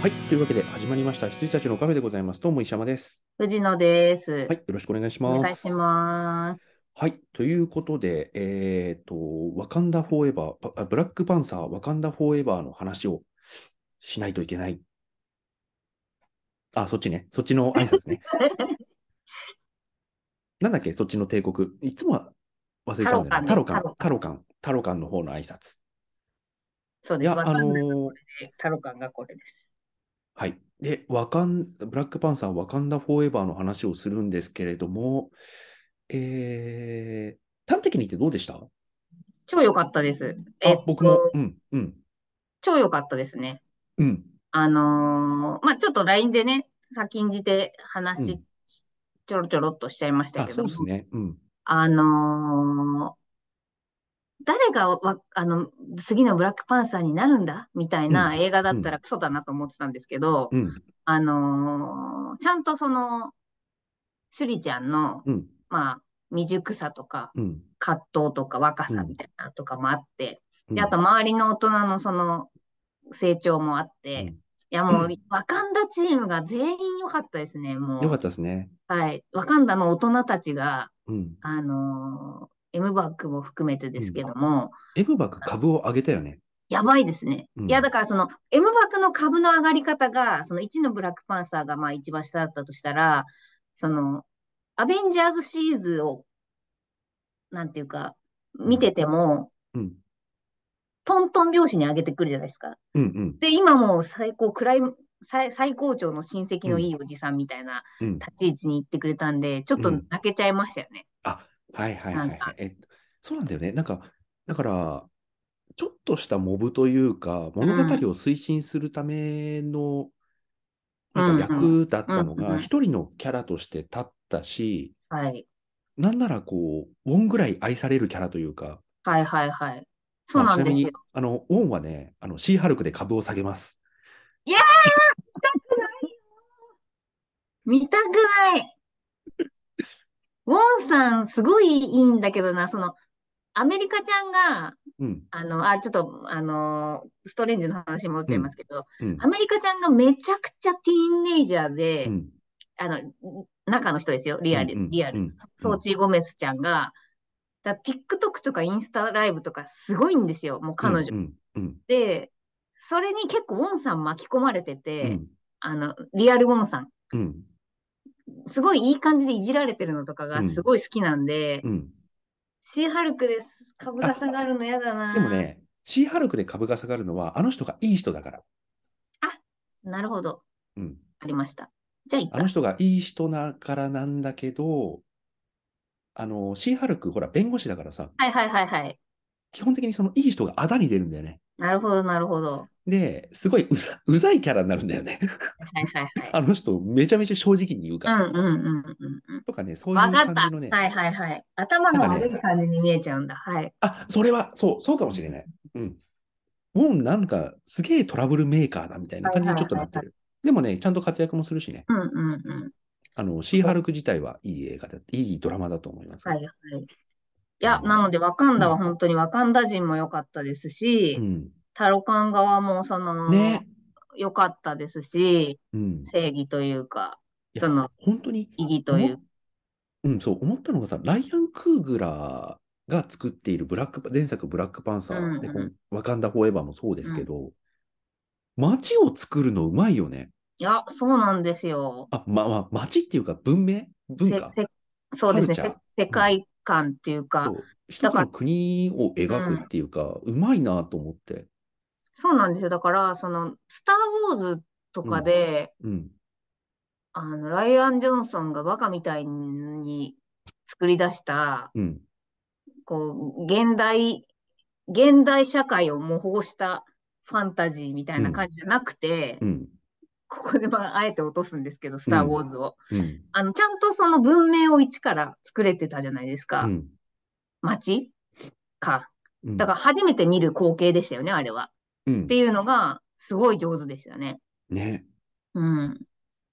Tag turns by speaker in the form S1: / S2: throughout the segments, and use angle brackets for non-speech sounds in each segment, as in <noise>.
S1: はい、というわけで始まりました羊たちのカフェでございます。どうも石山です。
S2: 藤野です。
S1: はい、よろしくお願いします。
S2: お願いします。 <laughs>
S1: はい、ということで、えっ、と、ワカンダフォーエバー、パブラックパンサー、ワカンダフォーエバーの話をしないといけない。あ、そっちね。そっちの挨
S2: <laughs>
S1: 拶ね。なんだっけ、そっちの帝国。いつもは忘れちゃうんだよね。タ
S2: タ
S1: ロ
S2: ロ
S1: カ
S2: カ
S1: ン
S2: ン、
S1: タロカン、タロカンの方の挨拶。
S2: そう
S1: い
S2: です。
S1: や、
S2: わ
S1: あ
S2: かん
S1: の
S2: ない。
S1: ー
S2: タロカンがこれです。
S1: はい。で、ワカン、ブラックパンサー、ワカンダフォーエバーの話をするんですけれども、えー、端的に言ってどうでしたあ、
S2: 超良かったです。えっと
S1: 僕も、うん、うん、
S2: 超良かったですね。
S1: うん、
S2: あのーまあ、ちょっと LINE でね、先んじて話、
S1: うん
S2: ちょろちょろっとしちゃいました
S1: あ、
S2: け
S1: そ
S2: ど
S1: う
S2: も、
S1: ですね、うん、
S2: あのー誰がわ、あの、次のブラックパンサーになるんだみたいな映画だったらクソだなと思ってたんですけど、
S1: うん、
S2: あのーちゃんとその、シュリちゃんの、
S1: うん、
S2: まあ、未熟さとか、
S1: うん、
S2: 葛藤とか、若さみたいなのとかもあって、
S1: うん
S2: で、あと、周りの大人のその、成長もあって、
S1: うん
S2: いや、も
S1: う
S2: う、ワカンダチームが全員良かったですね、も
S1: よか
S2: う。
S1: ったですね。
S2: はい。ワカンダの大人たちが、
S1: うん。
S2: あのー、M バックも含めてですけども、
S1: エムバク株を上げたよね。
S2: やばいですね。
S1: うん
S2: いや、だからその、M 枠の株の上がり方が、その1のブラックパンサーがまあ一番下だったとしたら、その、アベンジャーズシリーズを、なんていうか、見てても、
S1: うん、
S2: トントン拍子に上げてくるじゃないですか。
S1: うん、うん、
S2: で、今もう最高、クライム最、最高潮の親戚のいいおじさんみたいな
S1: うん。
S2: 立ち位置に行ってくれたんで、ちょっと
S1: うん
S2: 泣けちゃいましたよね。
S1: はいはいはい
S2: なん
S1: はい
S2: か。
S1: えっと、そうなんだよね。なんか、だから、ちょっとしたモブというか、物語を推進するための、なんか
S2: うん
S1: 役だったの
S2: うんう
S1: が、
S2: ん
S1: 一人のキャラとして立ったし、
S2: はい。
S1: なんならこう、ウォンぐらい愛されるキャラというか、
S2: はいはいはい。そう
S1: まあ
S2: なん
S1: ちな
S2: で
S1: み
S2: す
S1: に
S2: よ。、
S1: あの、ウォンはね、あの、シーハルクで株を下げます。
S2: 見たくない。ウォンさん、すごいいいんだけどな、その、アメリカちゃんが、
S1: うん、
S2: あの、あ、ちょっと、あの、ストレンジの話戻っちゃいますけど、
S1: うん
S2: ア、メリカちゃんがめちゃくちゃティーンネイジャーで、
S1: うん、
S2: あの、中の人ですよ、リアル、
S1: うんうん
S2: リアル。
S1: うん
S2: ソーチー・ゴメスちゃんが、だ TikTok とかインスタライブとかすごいんですよ、もう彼女。
S1: うん、うん、
S2: で、それに結構ウォンさん巻き込まれて
S1: う
S2: て、
S1: ん、
S2: あの、リアルウォンさん。
S1: うん、
S2: すごいいい感じでいじられてるのとかがすごい好きなんで、
S1: うん。
S2: シーハルクです。株が下がるのやだな。
S1: でも。ね、シーハルクで株が下がるのは、あの人がいい人だから。
S2: なるほど。
S1: うん。
S2: ありました。じゃあ、いっ
S1: あ
S2: か
S1: の。人がいい人だからなんだけど、あの、シーハルク、ほら、弁護士だからさ、
S2: はいはいはいはい。
S1: 基本的にそのいい人があだに出るんだよね。
S2: なるほど、なるほど。
S1: で、すごいうざうざいキャラになるんだよね。 <laughs>
S2: はいはい
S1: あの人、めちゃめちゃ正直に言うから。
S2: はい。うんうんうんうんうん。
S1: とかね、そういう
S2: わかっ
S1: 感
S2: た。
S1: じのね、
S2: はいはいはい。頭が悪
S1: なん
S2: い感じに見えちゃうんだ。はい。
S1: あ、それは、そう、そうかもしれない。うん。もうなんか、すげえトラブルメーカーだみたいな感じにちょっとなってる。でもね、ちゃんと活躍もするしね、
S2: うんうんうん。
S1: あの、シーハルク自体はいい映画だ、いいドラマだと思います。
S2: はいはい。いや、なので、ワカンダは本当にワカンダ人も良かったですし、
S1: うん。
S2: タロカン側もその、
S1: ね。
S2: 良かったですし、
S1: うん。
S2: 正義というか、
S1: いや
S2: その、
S1: 本当に、
S2: 意義という
S1: うん、そう、思ったのがさ、ライアン・クーグラーが作っているブラック、前作ブラックパンサー、で
S2: うんうん
S1: このワカンダ・フォーエバーもそうですけど、街を作るのうまいよね。
S2: いや、そうなんですよ。
S1: あ、ま、ま、街っていうか文明文
S2: せ
S1: 化
S2: せそうですね。
S1: カルチャー
S2: せ世界観っていうか、
S1: そう一つの国を描くっていうか、うまいなと思って。
S2: そうなんですよ。だから、その、スター・ウォーズとかで、
S1: うん。
S2: あの、ライアン・ジョンソンがバカみたいに作り出した、
S1: うん。
S2: こう、現代、現代社会を模倣したファンタジーみたいな感じじゃなくて、
S1: うん。
S2: ここでまあ、あえて落とすんですけど、スター・ウォーズを。
S1: うん。
S2: あの、ちゃんとその文明を一から作れてたじゃないです
S1: う
S2: か。
S1: ん。
S2: 街か。
S1: うん
S2: だから初めて見る光景でしたよね、あれは。
S1: う
S2: っ
S1: ん
S2: て。いうのが、すごい上手でしたね。
S1: ね。
S2: うん。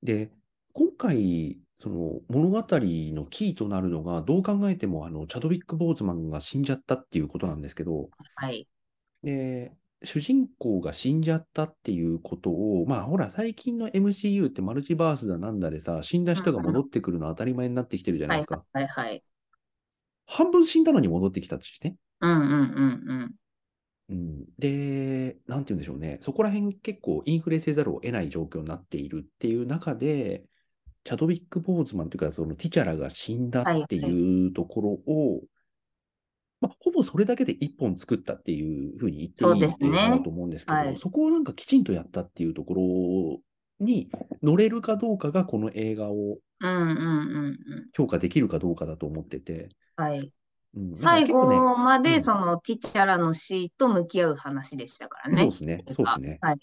S1: で、今回、その物語のキーとなるのが、どう考えても、あの、チャドウィック・ボーズマンが死んじゃったっていうことなんですけど、
S2: はい。
S1: で、主人公が死んじゃったっていうことを、まあほら、最近の MCU ってマルチバースだなんだでさ、死んだ人が戻ってくるの当たり前になってきてるじゃないですか。
S2: はいはい。
S1: 半分死んだのに戻ってきたしね。
S2: うんうんうん
S1: うん、で、なんて言うんでしょうね、そこら辺結構インフレせざるを得ない状況になっているっていう中で、チャドウィック・ボーズマンというか、そのティチャラが死んだっていうところを、まあ、ほぼそれだけで一本作ったっていうふうに言
S2: そ
S1: っ
S2: う
S1: ていい
S2: で
S1: ん
S2: すね
S1: だと思うんですけど、
S2: はい
S1: そこをなんかきちんとやったっていうところに乗れるかどうかが、この映画を
S2: うん。うんうんうんう
S1: 評価できるかどうかだと思ってて、
S2: ん。はい。
S1: うん、なんか
S2: 最
S1: 結構ね
S2: 後ま
S1: う
S2: で、
S1: ん
S2: その、ティチャラの死と向き合う話でしたから
S1: そう
S2: ね
S1: で。すね、そうですね。
S2: はい。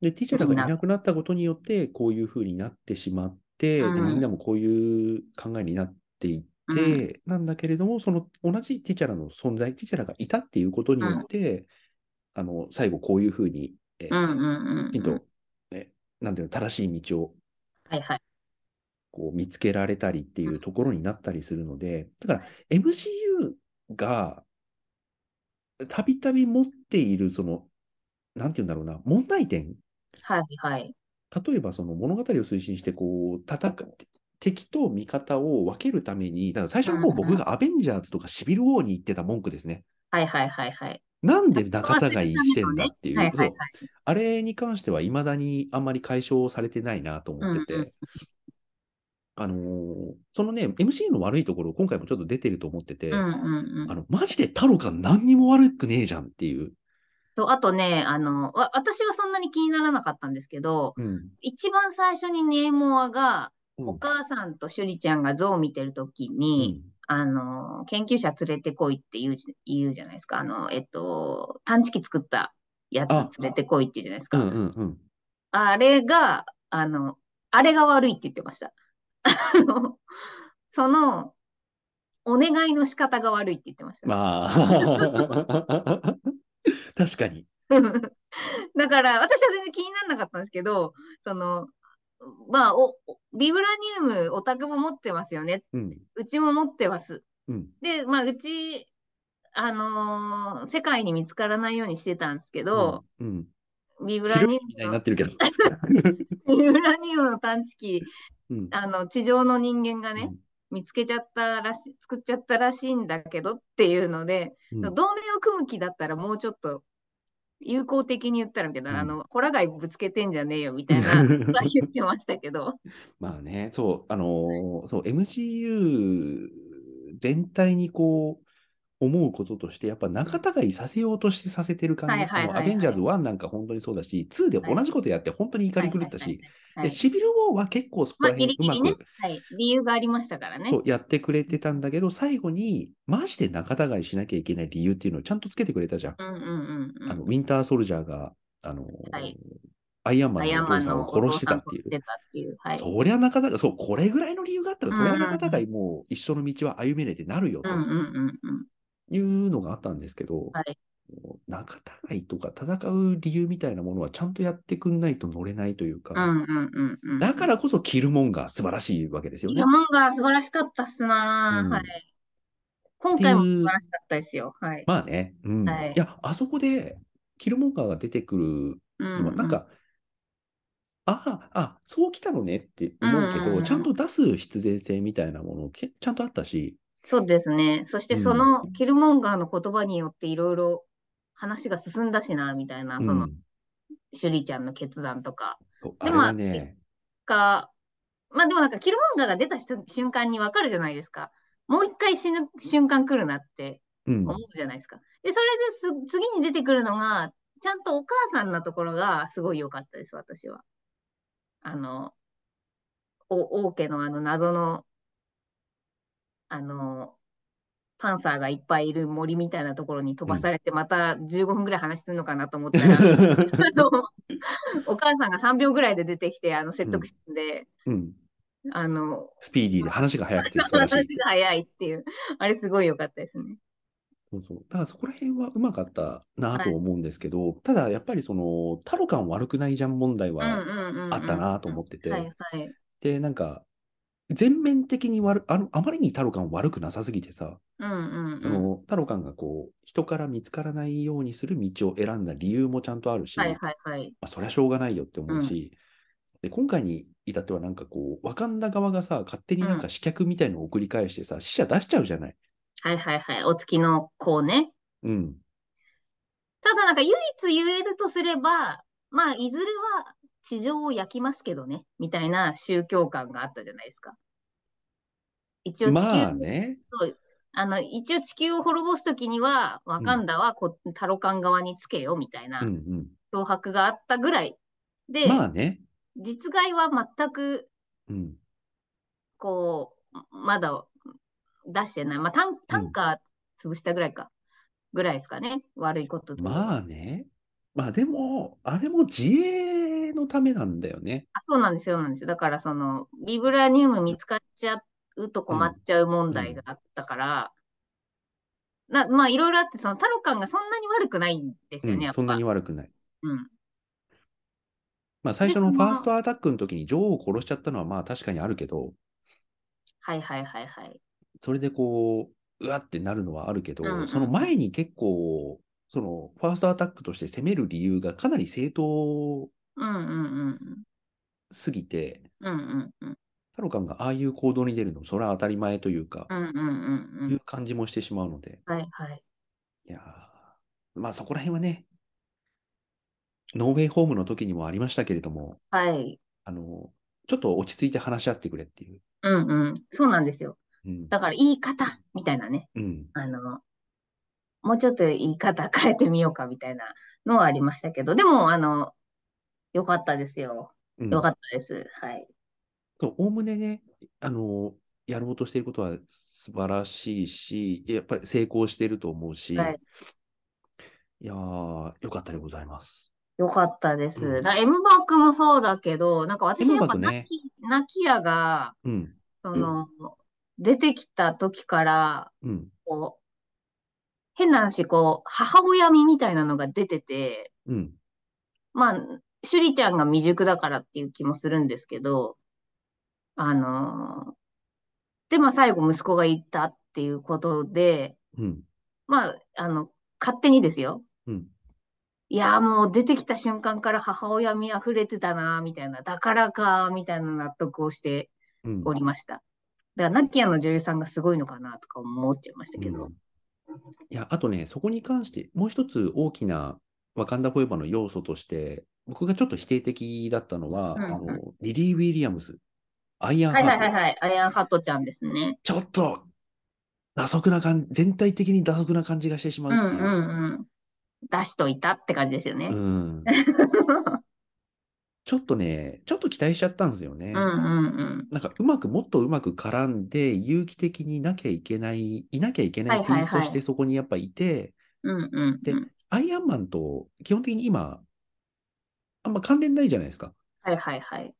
S1: で、ティーチャーがいなくなったことによって、こういうふうになってしまって、
S2: うん
S1: で、みんなもこういう考えになっていって、なんだけれども、その同じティーチャーの存在、ティーチャーがいたっていうことによって、あの、最後こういうふうに、え
S2: うんうんうん
S1: きちん
S2: うん。
S1: と、えなんていうの、正しい道を
S2: はいはい。
S1: こう見つけられたりっていうところになったりするので、だから MCU がたびたび持っている、その、なんていうんだろうな、問題点
S2: はいはい。
S1: 例えばその物語を推進してこう戦う敵と味方を分けるために、だから最初の方
S2: うんうん
S1: 僕がアベンジャーズとかシビル王に言ってた文句ですね。
S2: はいはいはいはい。
S1: なんで仲違いしてんだっていう、
S2: はいはいはい
S1: そう。あれに関しては未だにあんまり解消されてないなと思ってて、
S2: うんう
S1: あのーそのね、MC の悪いところ、今回もちょっと出てると思ってて、
S2: うんうんうん
S1: あ。の、マジで太郎が何にも悪くねえじゃんっていう。
S2: と、あとね、あの、わ、私はそんなに気にならなかったんですけど、
S1: うん。
S2: 一番最初にネイモアが、
S1: うん
S2: お母さんとシュリちゃんが像を見てるときに、あの、研究者連れてこいって言うじ、言うじゃないですか。あの、えっと、探知機作ったや
S1: あ
S2: つ連れてこいって言うじゃないです
S1: うん
S2: か。
S1: うんうん。
S2: あれが、あの、あれが悪いって言ってました。あの、その、お願いの仕方が悪いって言ってました。
S1: まあ、 <laughs> 確かに。
S2: だから、私は全然気にならなかったんですけど、その、まあ、お、おビブラニウムオタクも持ってますよね。
S1: うん。
S2: うちも持ってます。
S1: うん。
S2: で、まあ、うち、あのー世界に見つからないようにしてたんですけど、
S1: うん。うん。
S2: ビブラ
S1: 広
S2: ニ
S1: い
S2: ウ
S1: みたい
S2: ム
S1: に
S2: の
S1: な、ってるけ
S2: <laughs>
S1: ど。
S2: ビブラニウムの探知機、
S1: うん。
S2: あの、地上の人間がね、見つけちゃったらし、作っちゃったらしいんだけどっていうので、
S1: うん。
S2: 同盟を組む気だったらもうちょっと友好的に言ったらみたいな、
S1: うん
S2: あの、ほら貝ぶつけてんじゃねえよみたいな、は言ってましたけど。
S1: まあね、そう、あのーそう、MCU 全体にこう、思うこととして、やっぱ仲違いさせようとしてさせてる感
S2: は
S1: じ。
S2: いはいはい
S1: あのアベンジャーズ1なんか本当にそうだし、2で同じことやって本当に怒り狂ったし、
S2: はいはいはいはい
S1: でシビル王は結構そこら辺うま
S2: まあギリギリね
S1: く
S2: はい、理由がありましたからね。
S1: そうやってくれてたんだけど、最後に、マジで仲違いしなきゃいけない理由っていうのをちゃんとつけてくれたじゃん。
S2: うんうんうんうん。
S1: あのウィンターソルジャーが、あのー
S2: はい
S1: アイアンマ
S2: ア
S1: ン
S2: イア
S1: のお
S2: ンマ
S1: 父
S2: ン
S1: さん
S2: の
S1: を殺してた
S2: お
S1: っ
S2: 父
S1: てい
S2: さんを殺し
S1: う
S2: て。たっていう。はい。
S1: そりゃ仲違い、そう、これぐらいの理由があったら、
S2: うん
S1: そりゃ仲違いもう一緒の道は歩めねえってなるよ
S2: う
S1: と
S2: んうんうんうん。
S1: いうのがあったんですけど、
S2: はい。
S1: 仲違いとか戦う理由みたいなものはちゃんとやってくんないと乗れないという
S2: う
S1: か、
S2: んうんうんうん。
S1: だからこそキルモンが素晴らしいわけですよ
S2: い
S1: ね
S2: や。もんが素晴らしかったっすな、
S1: うん
S2: はい。今回も素晴らしかったですよ。はい。
S1: まあね、うん。
S2: は
S1: い
S2: い
S1: や、あそこでキルモンガーが出てくる
S2: うん
S1: のは、なん、か、ああ、あ、そう来たのねって思うけ
S2: うんうんう
S1: ど、
S2: ん
S1: ちゃんと出す必然性みたいなもの、けちゃんとあったし、
S2: そうですね。そしてそのキルモンガーの言葉によっていろいろ話が進んだしな、みたいな、そうの、
S1: ん
S2: シュリちゃんの決断とか。
S1: そうあ
S2: で
S1: れ
S2: も
S1: はね、
S2: か、まあでもなんかキルモンガーが出た瞬瞬間にわかるじゃないですか。もう一回死ぬ瞬間来るなって
S1: うん
S2: 思うじゃないですか。で、それです次に出てくるのが、ちゃんとお母さんなところがすごい良かったです、私は。あの、お王家のあの謎の、あの、パンサーがいっぱいいる森みたいなところに飛ばされて、また15分ぐらい話するのかなと思っ
S1: <laughs>
S2: たら、あのお母さんが3秒ぐらいで出てきて、あの、説得してんで、
S1: うん、
S2: あの、
S1: スピーディーで話が早
S2: <laughs>
S1: くて素晴らしい
S2: 話。が早いっていう、あれすごい良かったですね。
S1: そうそう。だからそこら辺はうまかったなと思うんですけど、ただやっぱりその、タロ感悪くないじゃん問題
S2: うん
S1: は
S2: うんうんうん
S1: あったなと思ってて、
S2: はいはい。
S1: で、なんか、全面的に悪あの、あまりにタロ感悪くなさすぎてさ、
S2: うんうん
S1: そ
S2: うん。
S1: の太郎館がこう人から見つからないようにする道を選んだ理由もちゃんとあるし、
S2: はいはいはい。
S1: まあ、そりゃしょうがないよって思うし、で今回に至ってはなんかこう、ワカンダ側がさ、勝手になん
S2: う
S1: か試着みたいのを送り返してさ、死者出しちゃうじゃない。
S2: はいはいはい。お月の子ね。
S1: うん。
S2: ただなんか唯一言えるとすれば、まあ、いずれは地上を焼きますけどね、みたいな宗教観があったじゃないですか。一応地球、
S1: まあね。
S2: そう、あの、一応地球を滅ぼすときには、ワカンダはこ、タロカン側につけよ、みたいな
S1: うんうん。
S2: 脅迫があったぐらい。で、
S1: まあね。
S2: 実害は全く、
S1: うん。
S2: こう、まだ出してない。まあ、タン、タンカー潰したぐらいか。ぐらいですかね。悪いこととか
S1: まあね。まあでも、あれも自衛のためなんだよね。
S2: あ、そうなんですよ、そうなんですよ。だから、その、ビブラニウム見つかっちゃうと困っちゃう問題があったから、な、まあ、いろいろあって、その、タロカンがそんなに悪くないんです
S1: う
S2: よね、や
S1: ん、
S2: っ
S1: そんな
S2: ぱ。
S1: に悪くない。
S2: うん。
S1: まあ最初の
S2: で
S1: フ
S2: その
S1: ァーストアタックの時に女王を殺しちゃったのはまあ確かにあるけど、
S2: はいはいはいはい。
S1: それでこう、うわってなるのはあるけど、
S2: うんうん
S1: その前に結構、そのファーストアタックとして攻める理由がかなり正当
S2: うんうんうん
S1: すぎて、
S2: うん。うんうんうん。
S1: タロカンがああいう行動に出るの、それは当たり前というか
S2: う、んうんうんう
S1: い
S2: ん
S1: う。感じもしてしまうので、
S2: はいはい。
S1: いやーまあそこら辺はね、ノーウェイホームの時にもありましたけれども、
S2: はい。
S1: あの、ちょっと落ち着いて話し合ってくれっていう。
S2: うんうん。そうなんですよ。
S1: うん。
S2: だから、言い方みたいなね。
S1: うん。
S2: あの、もうちょっと言い方変えてみようかみたいなのはありましたけど、でも、あの、よかったですよ。
S1: うん
S2: よかったです。はい。
S1: そう、おおむねね、あの、やろうとしていることは素晴らしいし、やっぱり成功していると思うし、
S2: はい、
S1: いやー、よかったでございます。
S2: よかったです。
S1: うん
S2: だからエムバックもそうだけど、なんか私
S1: エム
S2: や
S1: バ
S2: っ
S1: ッ
S2: ぱ
S1: クね
S2: 泣き、泣きやが、
S1: うん、
S2: その、出てきた時から、
S1: うん、
S2: こう、変な話、こう、母親身みたいなのが出てて、
S1: うん、
S2: まあ、シュリちゃんが未熟だからっていう気もするんですけど、あのーで、まあ最後息子が言ったっていうことで、
S1: うん、
S2: まあ、あの、勝手にですよ。
S1: うん。
S2: いやーもう出てきた瞬間から母親見溢れてたなーみたいな、だからかーみたいな納得をして
S1: うん
S2: おりました。だから、ナッキアの女優さんがすごいのかなとか思っちゃいましたけど。
S1: いや、あとね、そこに関して、もう一つ大きなワカンダフォーエバーの要素として、僕がちょっと否定的だったのは、
S2: うんうん
S1: あのリリー・ウィリアムス、アイアン
S2: は
S1: ハー
S2: い
S1: ト、
S2: はいはいはい、アイアンハットちゃんですね。
S1: ちょっと、打足な感じ、全体的に打足な感じがしてしま
S2: うん
S1: うっ
S2: う
S1: ていう。
S2: んうん。出しといたって感じですよね。
S1: うん、ちょっとね、ちょっと期待しちゃったんですよね。
S2: うんうん
S1: なんかうまく、もっとうまく絡んで、有機的になきゃいけない、いなきゃいけな
S2: はいい
S1: ピ
S2: はいはい
S1: ースとしてそこにやっぱいて、
S2: うん。うんうん
S1: で
S2: うん。
S1: アイアンマンと基本的に今、あんま関連ないじゃないですか。
S2: はいはいはい。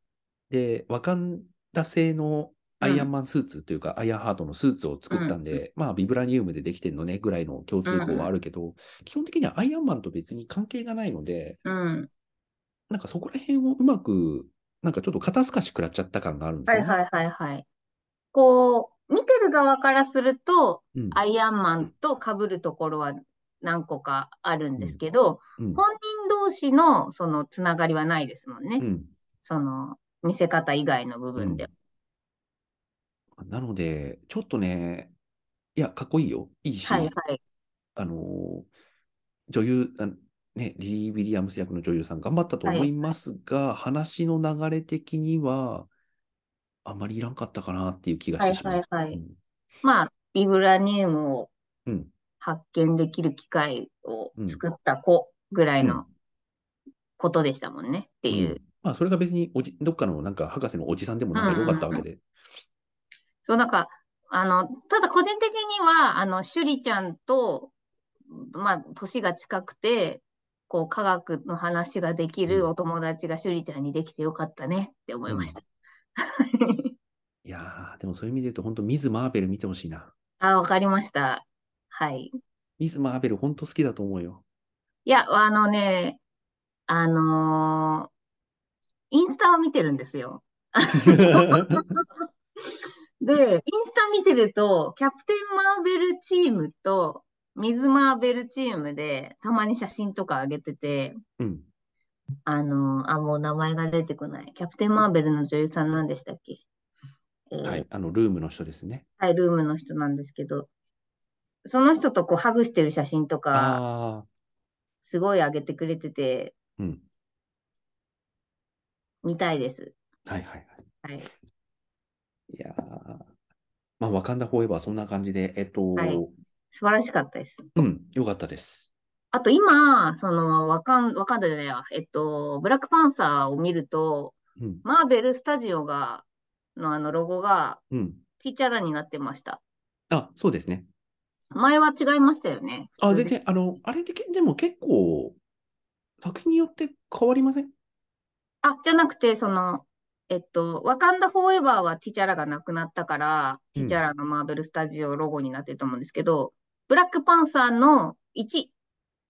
S1: で、ワカンダ製のアイアンマンスーツというか、アイアンハートのスーツを作ったんで、まあ、ビブラニウムでできてるのねぐらいの共通項はあるけど、基本的にはアイアンマンと別に関係がないので、
S2: うん。
S1: なんかそこら辺をうまく、なんかちょっと肩透かし食らっちゃった感があるんです
S2: は
S1: よ
S2: い
S1: ね。
S2: はいはいはい。こう、見てる側からすると、
S1: うん
S2: アイアンマンと被るところは何個かあるんですけど、
S1: うん
S2: 本人同士のそのつながりはないですもんね。
S1: うん
S2: その見せ方以外の部分で。
S1: なので、ちょっとね、いや、かっこいいよ。いいし、
S2: はいはい。
S1: あのー女優、あのね、リリー・ウィリアムス役の女優さん頑張ったと思いますが、話の流れ的には、あんまりいらんかったかなっていう気がしてしまう。
S2: はいはいはい
S1: うん
S2: まあ、ビブラニウムを
S1: うん
S2: 発見できる機会を作った子ぐらいのことでしたもんねっていうう。
S1: んまあ、それが別におじ、どっかのなんか博士のおじさんでもなんか良かったわけで。
S2: そう、なんか、あの、ただ個人的には、あの、シュリちゃんと、まあ、年が近くて、こう、科学の話ができ
S1: うん
S2: るお友達がシュリちゃんにできてよかったねって思いました。
S1: いやー、でもそういう意味で言うと、本当ミズ・マーベル見てほしいな。
S2: あ、わかりました。はい。
S1: ミズ・マーベル本当好きだと思う
S2: <laughs>
S1: よ。
S2: いや、あのね、あのーインスタは見てるんですよ。で、インスタ見てると、キャプテンマーベルチームと、ミズマーベルチームで、たまに写真とか上げてて、
S1: うん。
S2: あの、あ、もう名前が出てこない。キャプテンマーベルの女優さんなんでしたっけえー
S1: はい。あの、ルームの人ですね。
S2: はい、ルームの人なんですけど、その人とこうハグしてる写真とか、
S1: ああ。
S2: すごい上げてくれてて、
S1: うん。
S2: 見たいです。
S1: はいはいはい。
S2: はい。
S1: いやーまあ、ワカンダフォーエバー、そんな感じで、えっと、
S2: はい素晴らしかったです。
S1: うん、よかったです。
S2: あと今、その、わかん、わかんないじゃないわえっと、ブラックパンサーを見ると、
S1: うん、
S2: マーベルスタジオが、のあのロゴが、
S1: うん。
S2: ティーチャラになってました。
S1: あ、そうですね。
S2: 前は違いましたよね。
S1: あ、
S2: 普通
S1: 全
S2: で
S1: 然、あの、あれでけ、でも結構、作品によって変わりません
S2: あ、じゃなくて、その、えっと、ワカンダフォーエバーはティチャラがなくなったから、
S1: うん
S2: ティチャラのマーベルスタジオロゴになってると思うんですけど、ブラックパンサーの1、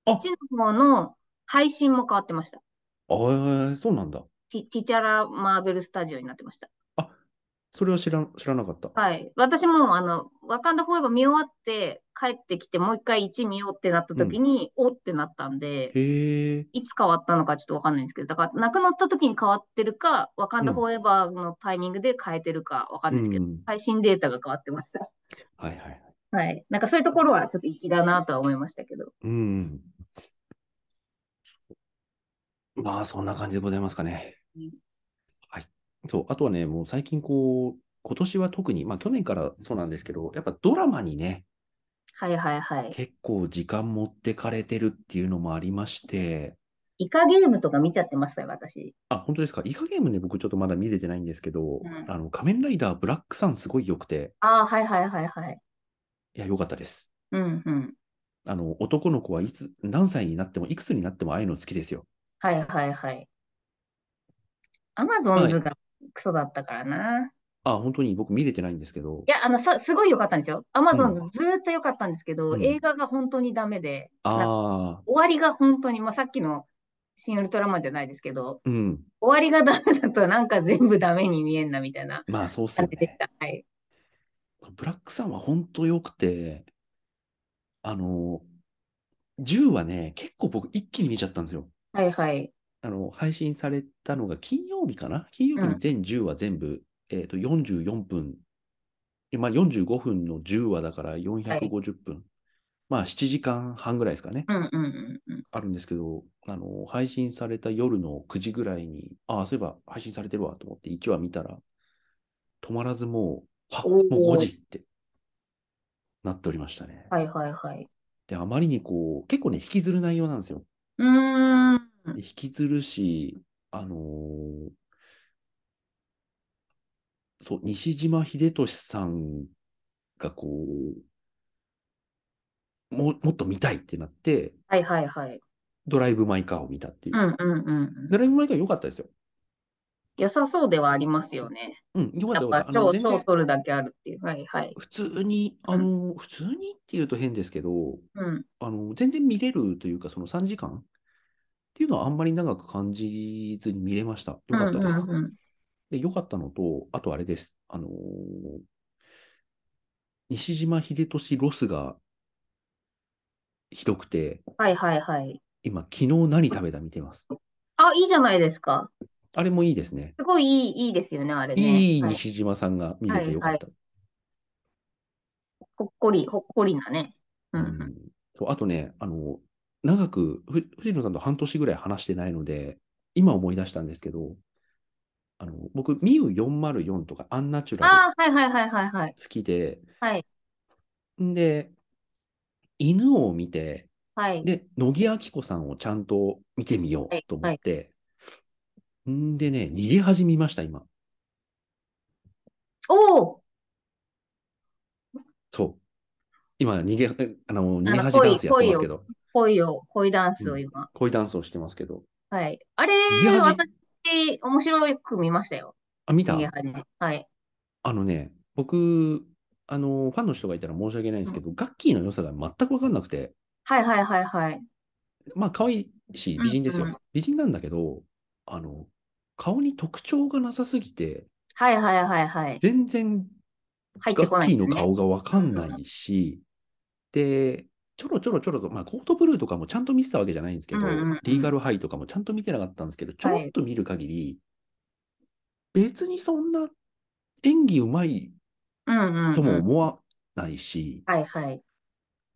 S1: あ
S2: 1の方の配信も変わってました。
S1: ああ、そうなんだ。
S2: ティ、ティチャラマーベルスタジオになってました。
S1: それは知らん、知らなかった。
S2: はい。私も、あの、ワカンダフォーエバー見終わって、帰ってきて、もう一回1見ようってなった時に、おってなったんで、
S1: へえ、
S2: いつ変わったのかちょっとわかんないんですけど、だから、なくなった時に変わってるか、ワカンダ
S1: うん
S2: フォーエバーのタイミングで変えてるかわかんないですけど、
S1: うん
S2: 配信データが変わってました。
S1: はいはいはい。
S2: はい。なんかそういうところはちょっと粋だなとは思いましたけど。
S1: うん。 <laughs> まあ、そんな感じでございますかね
S2: うん。
S1: はい。そう、あとはね、もう最近こう、今年は特に、まあ去年からそうなんですけど、やっぱドラマにね、
S2: はいはいはい。
S1: 結構時間持ってかれてるっていうのもありまして、
S2: イカゲームとか見ちゃってましたよ、私。
S1: あ、本当ですか。イカゲームね、僕ちょっとまだ見れてないんですけど、
S2: うん
S1: あの、仮面ライダーブラックさんすごい良くて、
S2: ああ、はいはいはいはい。
S1: いや、良かったです。
S2: うんうん。
S1: あの、男の子はいつ、何歳になっても、いくつになってもああいうの好きですよ。
S2: はいはいはい。アマゾンズがクソだったからな。
S1: あ、本当に僕見れてないんですけど
S2: い、や、あの、さ、すごい良かったんですよ。アマゾンズずーっと良かったんですけど、
S1: うん
S2: 映画が本当にダメで、なんか
S1: ああ、
S2: 終わりが本当に、まあ、さっきの新ウルトラマンじゃないですけど、
S1: うん、
S2: 終わりがダメだとなんか全部ダメに見えんなみたいな
S1: まあそうっす
S2: 感
S1: よ
S2: じでし
S1: ね。
S2: た。はい。
S1: ブラックさんは本当良くて、あの、10はね、結構僕一気に見ちゃったんですよ。
S2: はいはい。
S1: あの、配信されたのが金曜日かな金曜日に
S2: うん
S1: 全10話全部、えっと、44分。まあ、45分の10話だから450分。まあ、7時間半ぐらいですかね。
S2: うんうんうんうん。
S1: あるんですけど、あの、配信された夜の9時ぐらいに、ああ、そういえば配信されてるわと思って1話見たら、止まらずもう、あ、
S2: おー
S1: もう5時ってなっておりましたね。
S2: はいはいはい。
S1: で、あまりにこう、結構ね、引きずる内容なんですよ。
S2: うーん。
S1: 引きずるし、あのーそう、西島秀俊さんがこう、ももっと見たいってなって、
S2: はいはいはい。
S1: ドライブ・マイ・カーを見たっていうう。
S2: んうんうんうん。
S1: ドライブ・マイ・カー良かったですよ。
S2: 良さそうではありますよね。
S1: うん、良かっ
S2: や
S1: た
S2: っ
S1: 良か
S2: ぱ
S1: った。あの
S2: 賞、
S1: 全
S2: 賞
S1: 然、
S2: 取るだけあるっていう。はいはい。
S1: 普通に、あの、普通にっていうと変ですけど、
S2: うん。
S1: あの、全然見れるというか、その3時間っていうのはあんまり長く感じずに見れました。良かったです。
S2: うんうんうん。
S1: で、良かったのと、あとあれです。あのー西島秀俊ロスがひどくて、
S2: はいはいはい。
S1: 今、昨日何食べた見てます。
S2: あ、いいじゃないですか。
S1: あれもいいですね。
S2: すごいいい、いいですよね、あれね。
S1: いい
S2: はい
S1: 西島さんが見れてよかった。
S2: ほっこり、ほっこりなね。うんう
S1: うん
S2: ん。
S1: そう、あとね、あの、長く、ふ藤野さんと半年ぐらい話してないので、今思い出したんですけど、あの、僕、ミウ404とかアンナチュラル
S2: ああ、はいはいはいはいはい。
S1: 好きで、
S2: はい。
S1: んで、犬を見て、
S2: はい。
S1: で、乃木明子さんをちゃんと見てみようと思って、んでね、逃げ始めました、今。
S2: おお、
S1: そう。今、逃げ、あの、逃げ恥
S2: あの
S1: ダンスやってますけど、
S2: 恋を、恋ダンスを今。
S1: 恋ダンスをしてますけど。
S2: はい。あれ
S1: 逃げ、恥
S2: 私、面白く見ましたよ。
S1: あ、見た
S2: 逃げ恥。はい。
S1: あのね、僕、あの、ファンの人がいたら申し訳ないんですけど、ガッキーの良さが全くわかんなくて、
S2: はいはいはいはい。
S1: まあ、可愛いし、美人です
S2: うんうん
S1: よ。美人なんだけど、あの、顔に特徴がなさすぎて、
S2: はいはいはいはい。
S1: 全然
S2: 入って
S1: ガ
S2: こ
S1: ッ
S2: な
S1: キ
S2: い
S1: ー
S2: ん
S1: の
S2: ですね。
S1: 顔がわかんないし、で、ちょろちょろちょろと、まあ、コートブルーとかもちゃんと見てたわけじゃないんですけど、
S2: うんうんうん
S1: リーガルハイとかもちゃんと見てなかったんですけど、ちょろっと見る限り、別にそんな演技うまい
S2: うんうん、うん。
S1: とも思わないし、
S2: はいはい。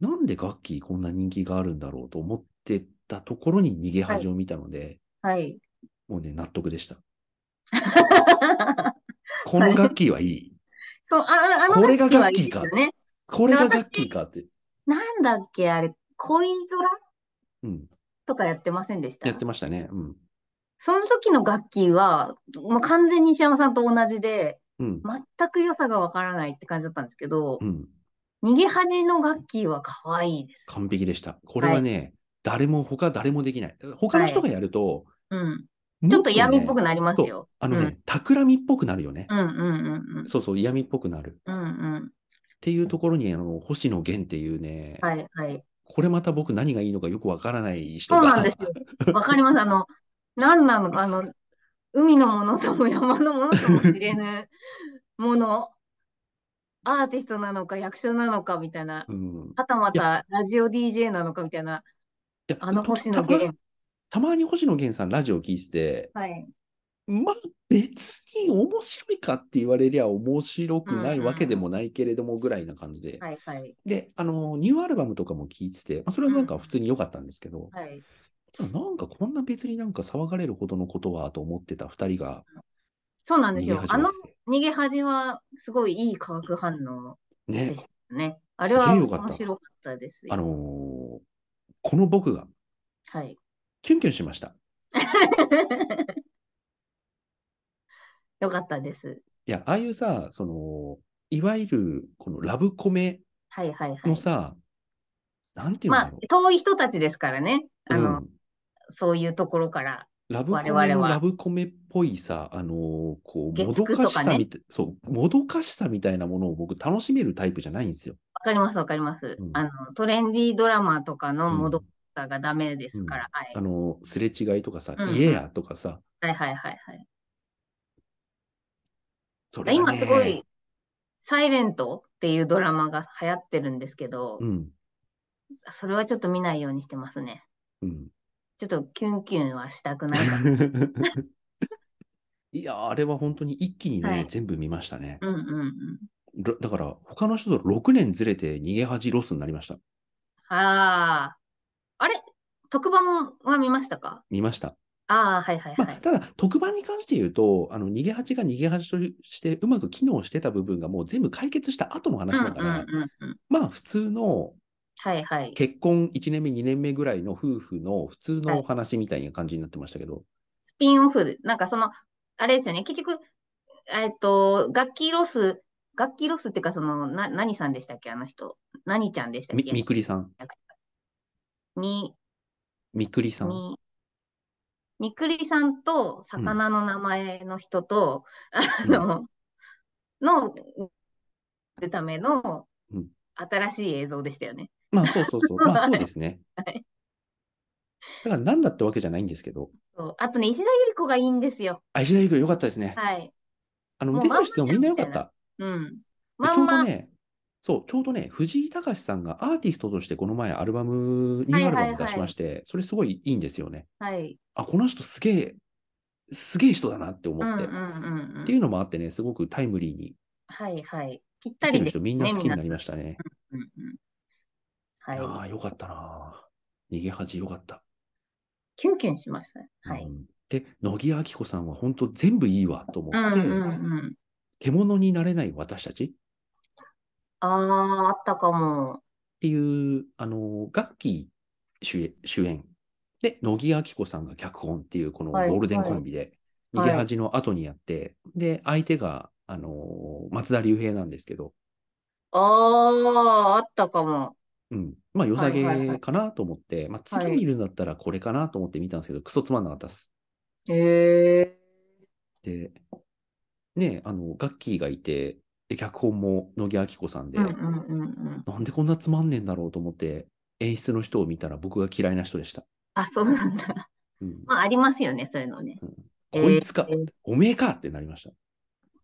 S1: なんでガッキーこんな人気があるんだろうと思ってたところに逃げ恥を見たので、
S2: はい。
S1: もうね、納得で
S2: <laughs>
S1: した。このガッキーはいい。
S2: そう、あああの
S1: これが
S2: ガッ
S1: ガッ
S2: キ
S1: キ
S2: ーはいい
S1: ー
S2: です
S1: か
S2: よね。
S1: これがガッキーかって。
S2: なんだっけ、あれ、恋空
S1: うん。
S2: とかやってませんでした
S1: やってましたね。うん。
S2: その時のガッキーは、もう完全に西山さんと同じで、
S1: うん。
S2: 全く良さがわからないって感じだったんですけど
S1: う、ん。
S2: 逃げ恥のガッキーは可愛いです。
S1: 完璧でした。これはね、誰も、他誰もできない。他の人がやると、
S2: うん。
S1: も
S2: ちょっ
S1: と
S2: と
S1: ね
S2: 闇っぽくなりますよ。
S1: あのね、
S2: うん
S1: 企みっぽくなるよね
S2: う。んうんうん
S1: そうそう、闇っぽくなる。っ
S2: うん。うんうん。
S1: ていうところに、あの、星野源っていうね、
S2: はいはい。
S1: これまた僕何がいいのかよくわからない人
S2: そう
S1: が、
S2: なんですよ。わかります。あの、なんなのか、あの、海のものとも山のものとも知れぬもの、アーティストなのか役者なのかみたいな、
S1: <laughs> うん、い
S2: はたまたラジオ DJ なのかみたいな、
S1: や
S2: あの星
S1: た
S2: 野
S1: ま
S2: 源。
S1: たまに星野源さんラジオ聞いてて、
S2: はい。
S1: まあ別に面白いかって言われりゃ面白くないわけでもないけれどもぐらいな感じで。
S2: はいはい。
S1: で、あの、ニューアルバムとかも聞いてて、まあ、それはなんか普通に良かったんですけど、
S2: はい。
S1: ただなんかこんな別になんか騒がれるほどのことはと思ってた二人が
S2: そうな
S1: 逃
S2: んです
S1: げ
S2: よ。
S1: 始
S2: あ
S1: め
S2: の
S1: てて。
S2: 逃げ恥はすごいいい化学反応
S1: ね
S2: で、したね。あれは
S1: すげえよかった
S2: 面白かったですよ
S1: あのーこの僕が
S2: はい。
S1: キュンキュンしました。
S2: よかったです。
S1: いや、ああいうさ、その、いわゆるこのラブコメ
S2: はいはいはい
S1: の。さ、なんていうん
S2: ま
S1: だ
S2: あ
S1: ろ、
S2: 遠い人たちですからね。
S1: う。
S2: あの、
S1: うん
S2: そういうところから。
S1: ラブコメ
S2: 我々
S1: の
S2: は
S1: ラブコメっぽいさ、あのーこう、も
S2: 月
S1: ど
S2: 九
S1: か
S2: と
S1: し
S2: かね
S1: さみたい、そう、もどかしさみたいなものを僕楽しめるタイプじゃないんですよ。
S2: わかります、わかります。
S1: うん
S2: あの、トレンディードラマとかの
S1: うん
S2: 戻ったがダメですから。はい
S1: あのーすれ違いとかさ、
S2: うんうん
S1: 家やとかさ、
S2: はいはいはいはい。
S1: それが
S2: 今
S1: ね
S2: すごい、サイレントっていうドラマが流行ってるんですけど、
S1: うん、
S2: それはちょっと見ないようにしてますね。 <laughs>
S1: うん。
S2: ちょっとキュンキュンはした
S1: <laughs>
S2: くないか
S1: いやー、あれは本当に一気にね、
S2: はい
S1: 全部見ましたね。
S2: な。うんうんうん。
S1: ろだから、他の人と6年ずれて逃げ恥ロスになりました。
S2: ああ。あれ特番は見ましたか
S1: 見ました。
S2: ああ、はいはい
S1: ま
S2: は
S1: あ、
S2: い。
S1: ただ、特番に関して言うと、あの、逃げ恥が逃げ恥としてうまく機能してた部分がもう全部解決した後の
S2: うん
S1: 話だから、
S2: うんうんうん。
S1: まあ、普通の
S2: はいはい。
S1: 結婚1年目、2年目ぐらいの夫婦の普通
S2: は
S1: の
S2: い
S1: お話みたいな感じになってましたけど、
S2: スピンオフで、なんかその、あれですよね、結局、えっと、楽器ロス、楽器ロスっていうか、その、な、何さんでしたっけ、あの人。何ちゃんでしたっ
S1: み
S2: け。
S1: みくりさん、
S2: み、
S1: みくりさん、
S2: み、みくりさんと、魚の名前の人と、
S1: うん
S2: あの、の、出るための
S1: うん、
S2: 新しい映像でしたよね。
S1: まあ、そうそう
S2: <laughs>
S1: そう、まあ、そうですね。だから、なんだってわけじゃないんですけど、
S2: そうあとね、石田ゆり子がいいんですよ。
S1: あ、石田ゆり子よかったですね。
S2: はい。
S1: あの、
S2: もう
S1: 腕としてもみんなよかっ
S2: まんまじゃ
S1: た。
S2: うん。
S1: で
S2: ま
S1: ちょ
S2: ん
S1: うど
S2: ま、
S1: ね、そう、ちょうどね、藤井隆さんがアーティストとしてこの前アルバム、ニュ
S2: はい
S1: ーア
S2: はい
S1: ル
S2: はい
S1: バム出しまして、それすごいいいんですよね。
S2: はい。
S1: あ、この人すげえ、すげえ人だなって
S2: うん
S1: 思
S2: う
S1: っ
S2: ん
S1: て。
S2: う
S1: っ
S2: んうん
S1: て。いうのもあってね、すごくタイムリーに、
S2: はいはい。ぴっ
S1: 見
S2: た
S1: て
S2: り
S1: る
S2: です
S1: 人みんな
S2: ね、
S1: 好きに
S2: 皆さ
S1: なんりましたね。
S2: うんうん
S1: いや
S2: は
S1: ー、よかったなー。逃げ恥よかった。
S2: い。キュンキュンしました。は
S1: う
S2: い。
S1: んで、乃木明子さんは本当全部いいわと思って、
S2: うんうんうん。
S1: 獣になれない私たちっ
S2: ああ、あったかも。
S1: ていう、あのー、ガッキー主演主演で、乃木明子さんが脚本っていう、このゴ
S2: はい
S1: ールデンコンビで、
S2: はい
S1: 逃げ恥の後にやって、で、相手が、あのー、松田龍平なんですけど、
S2: ああ、あったかも。
S1: うん。まあ、良さ
S2: はいはいは
S1: げ
S2: い
S1: かなと思って、まあ、次
S2: はい
S1: 見るんだったらこれかなと思って見たんですけど、クソつまんなかったです。
S2: へえ。
S1: で、ね、あの、ガッキーがいて、で脚本も乃木明子さんで、
S2: うんうんうんうん。
S1: なんでこんなつまんねえんだろうと思って、演出の人を見たら僕が嫌いな人でした。
S2: あ、そうなん
S1: <laughs>
S2: だ。
S1: うん
S2: まあ、ありますよね、そういうのね。
S1: こいつか、
S2: えー
S1: おめえかってなりました。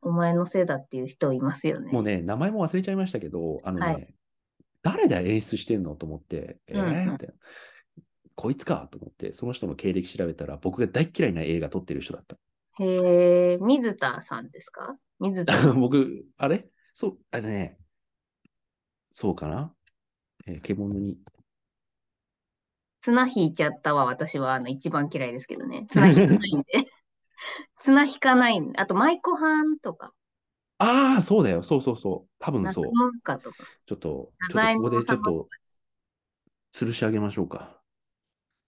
S2: お前のせいだっていう人いますよね。
S1: もうね、名前も忘れちゃいましたけど、あのね、
S2: は
S1: 誰だ演出してんのと思って、え
S2: うんうん
S1: ー、みたいな。こいつかと思って、その人の経歴調べたら、僕が大っ嫌いな映画撮ってる人だった。
S2: へえ、水田さんですか
S1: <laughs>
S2: 水田。
S1: 僕、あれそう、あれね、そうかな、えー獣に。
S2: 綱引いちゃったは私はあの一番嫌いですけどね。綱引かない
S1: <laughs>
S2: んで。綱引かないんで。あと、舞妓はんとか、
S1: ああ、そうだよ。そうそうそう。多分
S2: 夏
S1: そう。
S2: 文化とか。
S1: ちょっと、ちょっ
S2: 名
S1: と
S2: 前
S1: ここ
S2: の
S1: でちょっ
S2: 王様
S1: と、吊るし上げましょうか。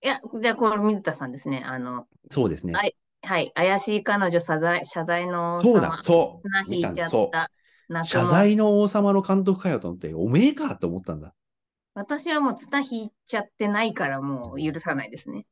S2: いや、じゃあ、これ水田さんですね。あの、
S1: そうですね。
S2: はいはい、怪しい彼女謝罪、謝罪の王
S1: そう
S2: 様
S1: だ、そう。
S2: 綱引いちゃっ
S1: そう。
S2: た夏
S1: 謝
S2: 文
S1: 罪の王様の監督かよと思って、おめえかと思ったんだ。
S2: 私はもう綱引いちゃってないからもう許さないですね。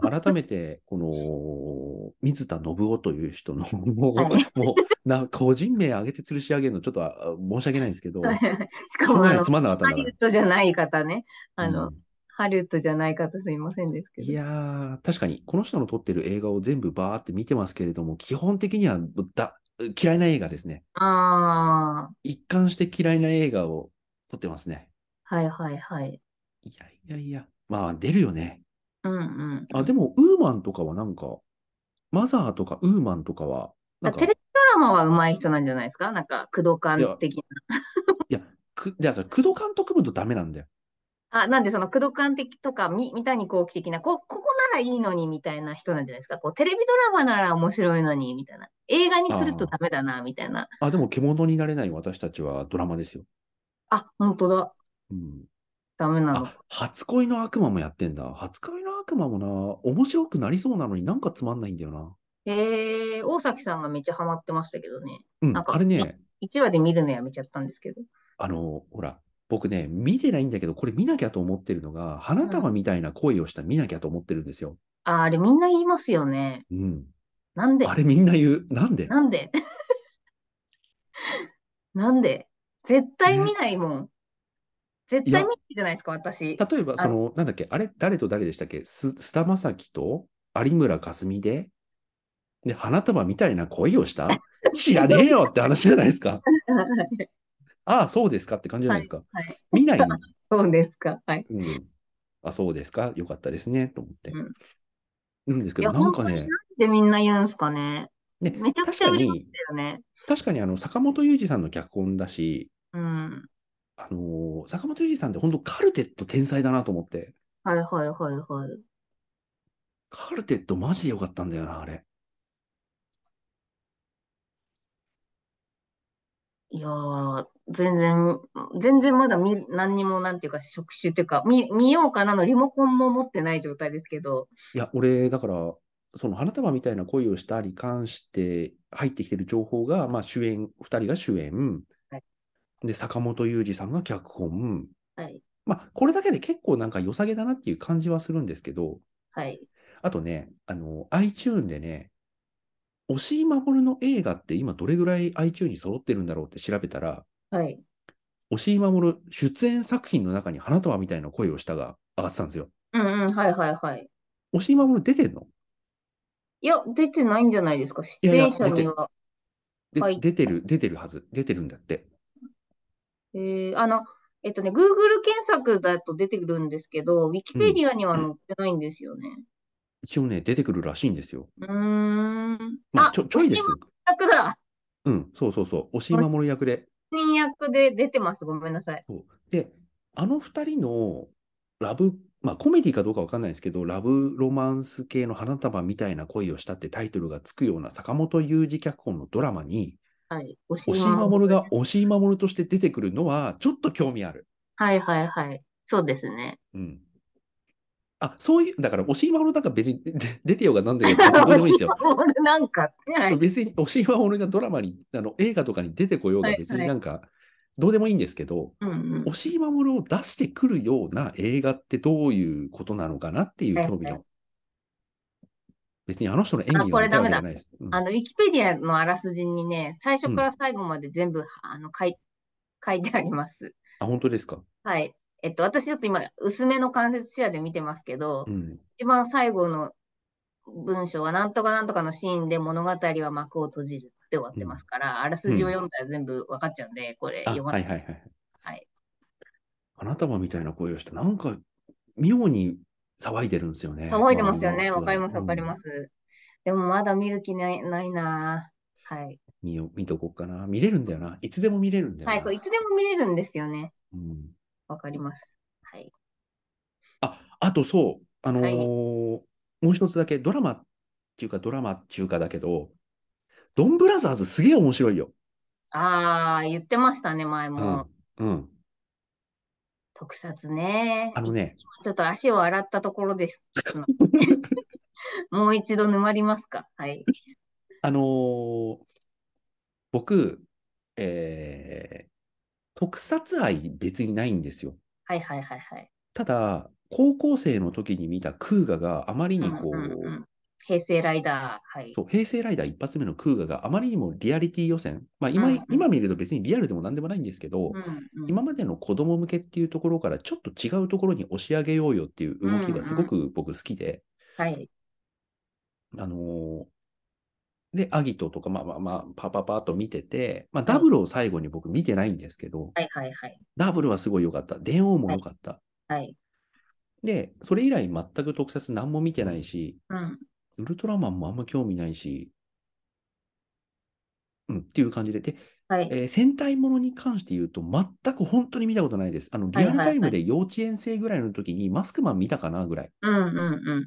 S1: 今、改め
S2: <laughs>
S1: て、この、水田信夫という人の、も
S2: は
S1: う、もうな個人名挙げて吊るし上げるの、ちょっとあ申し訳ないんですけど、
S2: はい
S1: こ
S2: <laughs> しか
S1: の
S2: もあ
S1: 前
S2: の、
S1: つまんなかった
S2: ハ
S1: ん
S2: リ
S1: だ
S2: ウ
S1: か
S2: ッドじゃない方ね。あ
S1: ら。
S2: の、
S1: うん
S2: ハリウッドじゃない方すいませんですけ
S1: い
S2: ど。
S1: やー、確かに、この人の撮ってる映画を全部バーって見てますけれども、基本的にはだ嫌いな映画ですね。
S2: ああ、
S1: 一貫して嫌いな映画を撮ってますね。
S2: はいはいはい。
S1: いやいやいや。まあ、出るよね。
S2: うんうん。
S1: あ、でも、ウーマンとかはなんか、マザーとかウーマンとかは、なんか、
S2: テレビドラマは上手い人なんじゃないですかなんか、工藤
S1: い
S2: 官
S1: や
S2: 的
S1: いや、く、だから、工藤監督部とダメなんだよ。
S2: な。あ、なんでその工藤官的とか、み、三谷幸喜的な、こ、ここならいいのにみたいな人なんじゃないですかこう、テレビドラマなら面白いのに、みたいな。映画にするとダメだな、みたいな。
S1: あ、でも、獣になれない私たちはドラマですよ。
S2: あ、本当だ。
S1: うん。
S2: ダメなの
S1: あ、初恋の悪魔もやってんだ。初恋の悪魔もな、面白くなりそうなのになんかつまんないんだよな。
S2: へえ、大崎さんがめっちゃハマってましたけどね。
S1: うん、
S2: なんか
S1: あれね、
S2: 1話で見るのやめちゃったんですけど。
S1: あの、ほら、僕ね、見てないんだけど、これ見なきゃと思ってるのが、花束みたいな恋をした見なきゃと思ってるんですよ。
S2: あ、あれみんな言いますよね。
S1: うん。
S2: なんで
S1: あれみんな言う。なんで
S2: なんで <laughs> なんで絶対見ないもん。絶対見ないじゃないですか、私。 <laughs>
S1: 例えば、その、なんだっけ、あれ、誰と誰でしたっけす菅田将暉と有村架純で、で、花束みたいな恋をした
S2: <laughs>
S1: 知らねえよって話じゃないですか。ああ、そうですかって感じじゃないですか。
S2: はいはい
S1: 見
S2: <laughs>
S1: ない、
S2: そうですか。はい。
S1: うん。あ、そうですか。よかったですね。と思って。
S2: うん
S1: うんですけ
S2: い
S1: ど、
S2: や、
S1: なん
S2: 本
S1: か
S2: 当になん
S1: ね、
S2: でみんな言うんすかね。
S1: ね
S2: めちゃく
S1: 確
S2: ちゃ
S1: か
S2: 売れま
S1: に、
S2: したよね。
S1: 確かにあの、坂本雄二さんの脚本だし、
S2: うん。
S1: あのー坂本龍二さんって本当カルテット天才だなと思って、
S2: はいはいはいはい。
S1: カルテットマジでよかったんだよな、あれ。
S2: いやー、全然、全然まだ見、何にもなんていうか、職種っていうか、見、見ようかなのリモコンも持ってない状態ですけど、
S1: いや、俺、だから、その花束みたいな恋をしたに関して入ってきてる情報が、まあ主演、2人が主演
S2: は、
S1: で、坂本龍二さんが脚本、
S2: はい、
S1: まあこれだけで結構なんか良さげだなっていう感じはするんですけど、
S2: はい。
S1: あとね、あの、iTune でね、押井守の映画って今どれぐらい iTune に揃ってるんだろうって調べたら、
S2: はい。
S1: 押井守出演作品の中に花束みたいな恋をしたが上がってたんですよ。
S2: うんうん、はいはいはい。
S1: 押井守出てんの
S2: いや、出てないんじゃないですか。
S1: いやいや
S2: 出演者には。
S1: で、
S2: はい
S1: 出てる、出てるはず。出てるんだって。
S2: えー、あの、えっとね、Google 検索だと出てくるんですけど、ウィキペディアには載ってないんですよね。
S1: 一応ね、出てくるらしいんですよ。
S2: うーん。
S1: まあ、
S2: あ、
S1: ちょ、ちょいです。
S2: 役だ。
S1: うん、そうそうそう。押井守役で。
S2: 新役で出てます。ごめんなさい。
S1: そうで、あの二人のラブ、まあコメディかどうかわかんないですけど、ラブロマンス系の花束みたいな恋をしたってタイトルがつくような坂本雄二脚本のドラマに、
S2: はい。押
S1: 押井
S2: 井守
S1: 守が押井守として出てくるのは、ちょっと興味ある。
S2: はいはいはい。そうですね。
S1: うん。あ、そういう、だから、押井守なんか別にでで出てようがなんだよう <laughs> が別にどうでもいいんですよ。
S2: 押井守なんかって、はい。
S1: 別に押井守がドラマに、あの映画とかに出てこようが
S2: はい
S1: 別になんか、どうでもいいんですけど、
S2: うんうん。
S1: 押井守を出してくるような映画ってどういうことなのかなっていう興味
S2: はいは
S1: の。別にあの人の演技
S2: あ
S1: が
S2: こ
S1: 見
S2: れ
S1: た
S2: ダ
S1: わけ
S2: メ
S1: じ
S2: だ
S1: ゃないです。うん
S2: あの、ウィキペディアのあらすじにね、最初から最後まで全部、あの、書い、書いてあります。
S1: あ、本当ですか。
S2: はい。えっと、私ちょっと今、薄めの関節視野で見てますけど
S1: う、ん。
S2: 一番最後の文章は、なんとかなんとかのシーンで物語は幕を閉じる。って終わってますから、あらすじを読んだら全部分かっちゃうんで、これ
S1: あ、
S2: 読ま
S1: は
S2: ないい。
S1: はいはい。
S2: はい。
S1: 花束みたいな声をして、なんか、妙に騒いでるんですよね。
S2: 騒いでますよね。
S1: 周りの人が
S2: わかります、わかりま。
S1: うん
S2: す。でもまだ見る気ないないなぁはい。
S1: 見よ、見とこうかな。見れるんだよな。いつでも見れるんだよな。
S2: はい、そう、いつでも見れるんですよね。
S1: うん
S2: わかります。はい。
S1: あ、あとそう、あのー
S2: はい
S1: もう一つだけ、ドラマっていうか、ドラマっていうかだけど、ドンブラザーズすげえ面白いよ。
S2: ああ、言ってましたね、前
S1: う
S2: も
S1: ん。。うん。
S2: 特撮ね。
S1: あのね、
S2: ちょっと足を洗ったところです。もう一度沼りますか。はい。
S1: あのー僕、えー特撮愛別にないんですよ。
S2: はいはいは
S1: <laughs>
S2: いはい。
S1: ただ、高校生の時に見たクーガがあまりにこう、
S2: うんうんうん平成ライダー。はい。
S1: そう平成ライダー一発目のクーガがあまりにもリアリティ予選、まあ今
S2: うんうん
S1: 今見ると別にリアルでも何でもないんですけど、
S2: うんうん
S1: 今までの子供向けっていうところからちょっと違うところに押し上げようよっていう動きがすごく僕好きで、
S2: はい。
S1: あのーで、アギトとか、まあまあまあ、パパパーっと見てて、まあ、ダブルを最後に僕見てないんですけど、
S2: はいはいはい。
S1: ダブルはすごい良かった。電王も良かった。
S2: はい。
S1: で、それ以来全く特撮何も見てないし、
S2: うん。
S1: ウルトラマンもあんま興味ないし、うん、っていう感じで。で、
S2: はい。
S1: えー戦隊ものに関して言うと、全く本当に見たことないです。あの、リアルタイムで幼稚園生ぐらいの時に、マスクマン見たかなぐらい、
S2: うんうんうんうん。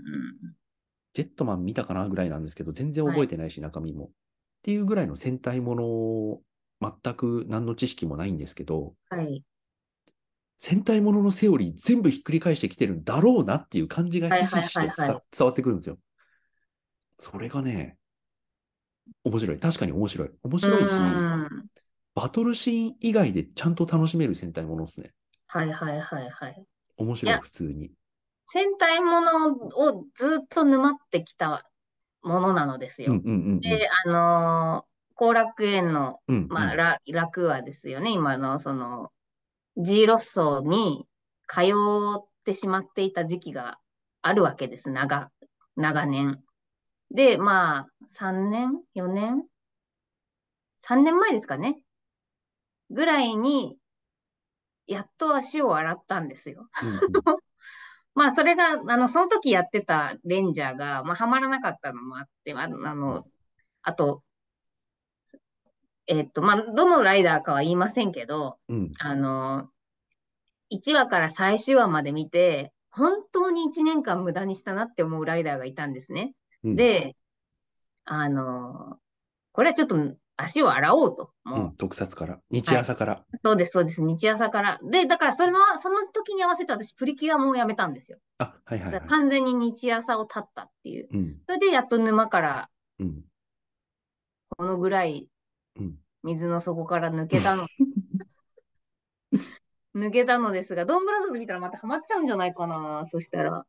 S1: ジェットマン見たかなぐらいなんですけど、全然覚えてないし、中身も。っていうぐらいの戦隊もの、全く何の知識もないんですけど、
S2: はい。
S1: 戦隊もののセオリー全部ひっくり返してきてるんだろうなっていう感じが
S2: はい
S1: ひしひしと
S2: は
S1: 伝
S2: いはいは
S1: 伝わってくるんですよ。それがね、面白い。確かに面白い。面白いし、
S2: うん
S1: バトルシーン以外でちゃんと楽しめる戦隊ものですね。
S2: はいはいはいはい。
S1: 面
S2: い
S1: 白い、
S2: や
S1: 普通に。
S2: 戦隊ものをずっと沼ってきたものなのです
S1: うん
S2: よ。
S1: うんうんうん。
S2: で、あのー後楽園の、
S1: うんうん
S2: まあ、ラ、楽話ですよね。今の、その、G ロッソに通ってしまっていた時期があるわけです。長、長年。で、まあ、3年 ?4 年 ?3 年前ですかねぐらいに、やっと足を洗ったんですよ。
S1: うんうん
S2: まあ、それが、あの、その時やってたレンジャーが、まあ、ハマらなかったのもあって、あの、あのあと、えっと、まあ、どのライダーかは言いませんけど、
S1: うん
S2: あの、1話から最終話まで見て、本当に1年間無駄にしたなって思うライダーがいたんですね。
S1: うん
S2: で、あの、これはちょっと足を洗おうと。
S1: う、
S2: もうん
S1: 特撮から、日朝から。
S2: そうです、そうです。日朝から。で、だからそれの、その時に合わせて私、プリキュアもやめたんですよ。
S1: あ、はいはいは
S2: だ
S1: い
S2: から。完全に日朝を立ったっていう。
S1: うん
S2: それでやっと沼から
S1: うん
S2: このぐらい
S1: うん
S2: 水の底から抜け
S1: <laughs>
S2: たの。抜けたのですが、ドンブラザーズ見たらまたハマっちゃうんじゃないかな、そしたら。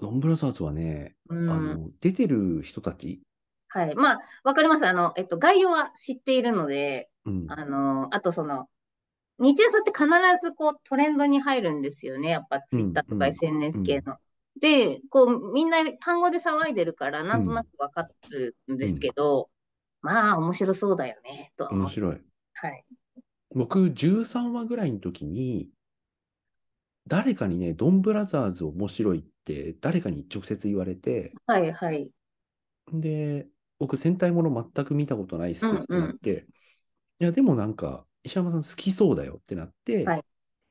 S1: ロンブラザーズはね、
S2: う
S1: あ
S2: ん。
S1: の出てる人たち、
S2: はい。まあ、わかります。あの、えっと、概要は知っているので、
S1: うん、
S2: あの、あとその、日朝って必ずこうトレンドに入るんですよね。やっぱツイッターと
S1: うん
S2: か
S1: うん
S2: SNS 系の。で、こうみんな単語で騒いでるからなんとなくわかってるんですけど、まあ面白そうだよね、とは思
S1: 面
S2: う。
S1: 白い。
S2: はい。
S1: 僕、13話ぐらいの時に、誰かにね、ドンブラザーズ面白いって、誰かに直接言われて、
S2: はいはい。
S1: で、僕、戦隊もの全く見たことないっすってなって、いや、でもなんか、石山さん好きそうだよってなって、
S2: は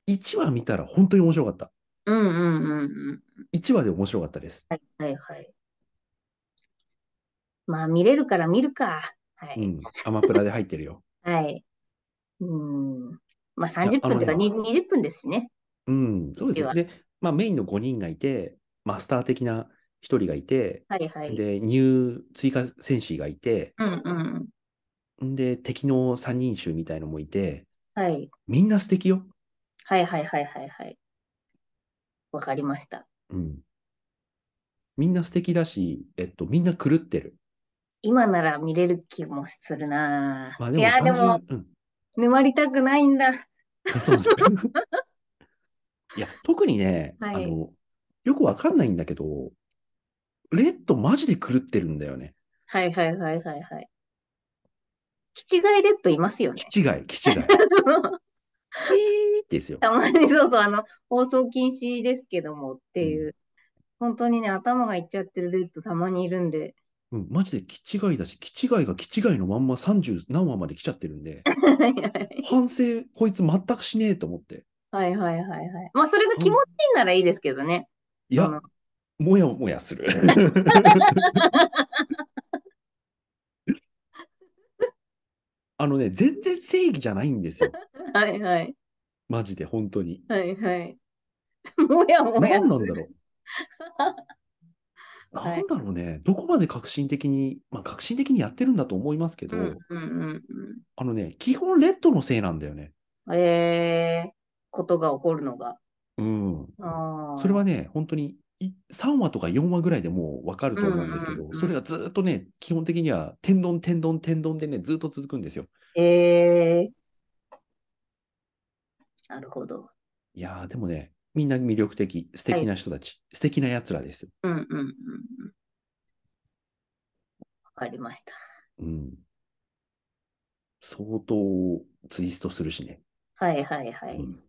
S2: い
S1: 1話見たら本当に面白かった。
S2: うんうんうんうん。
S1: 1話で面白かったです。
S2: はいはいはい。まあ見れるから見るか。は
S1: う
S2: い。
S1: ん、アマプラで入ってるよ。
S2: はい。うん。まあ
S1: いや
S2: 30
S1: あの
S2: 分とか
S1: ね
S2: に20分ですしね。
S1: うん、そうです
S2: で
S1: ね。
S2: は
S1: で、まあ、メインの5人がいて、マスター的な1人がいて、
S2: はいはい。
S1: で、入追加戦士がいて、
S2: うんうん。
S1: で、敵の3人衆みたいのもいて、
S2: はい。
S1: みんな素敵よ。
S2: はいはいはいはいはい。わかりました。
S1: うん。みんな素敵だし、えっと、みんな狂ってる。
S2: 今なら見れる気もするなぁ
S1: まあで
S2: い
S1: も
S2: や、で
S1: 30
S2: も、
S1: うん。
S2: 沼りたくないんだ。
S1: あそうなんですか。いや、特にね、
S2: はい
S1: あの、よくわかんないんだけど、レッドマジで狂ってるんだよね。
S2: はいはいはいはいはい。キチガイレッドいますよね。
S1: 気違い、
S2: <laughs>
S1: 気違い。ピーですよ。
S2: たまに、そうそう、あの、放送禁止ですけどもっていう、本当にね、頭がいっちゃってるレッドたまにいるんで、 <laughs>
S1: うん、マジで気違いだし、気違いが気違いのまんま30何話まで来ちゃってるん
S2: <laughs>
S1: で、反省、こいつ全くしねえと思って。
S2: はいはいはいはい。まあ、それが気持ちいいならいいですけどね。
S1: い
S2: その
S1: や、もやもやす
S2: <laughs>
S1: る。あのね、全然正義じゃないんですよ。
S2: はいはい。
S1: マジで、本当
S2: <laughs>
S1: に。
S2: はいはい。もやもや。
S1: 何なんだろ
S2: <laughs>
S1: う。
S2: は
S1: ないんだろうね、どこまで革新的に、まあ、革新的にやってるんだと思いますけど、
S2: うんうんうん
S1: あのね、基本レッドのせいなんだよね。
S2: うん。えー、ことが起こるのが。
S1: うん。
S2: あー
S1: それはね、本当にい3話とか4話ぐらいでもう分かると思うんですけ
S2: うんう
S1: ど
S2: んう、ん
S1: それがずーっとね、基本的には天丼、天丼、天丼でね、ずーっと続くんですよ。
S2: えー、なるほど。
S1: いやー、でもね、みんな魅力的、素敵な人たち、素敵なやつらですよ。
S2: うんうんうんうん。わかりました。
S1: うん。相当ツイストするしね。
S2: はいはいはい。
S1: うん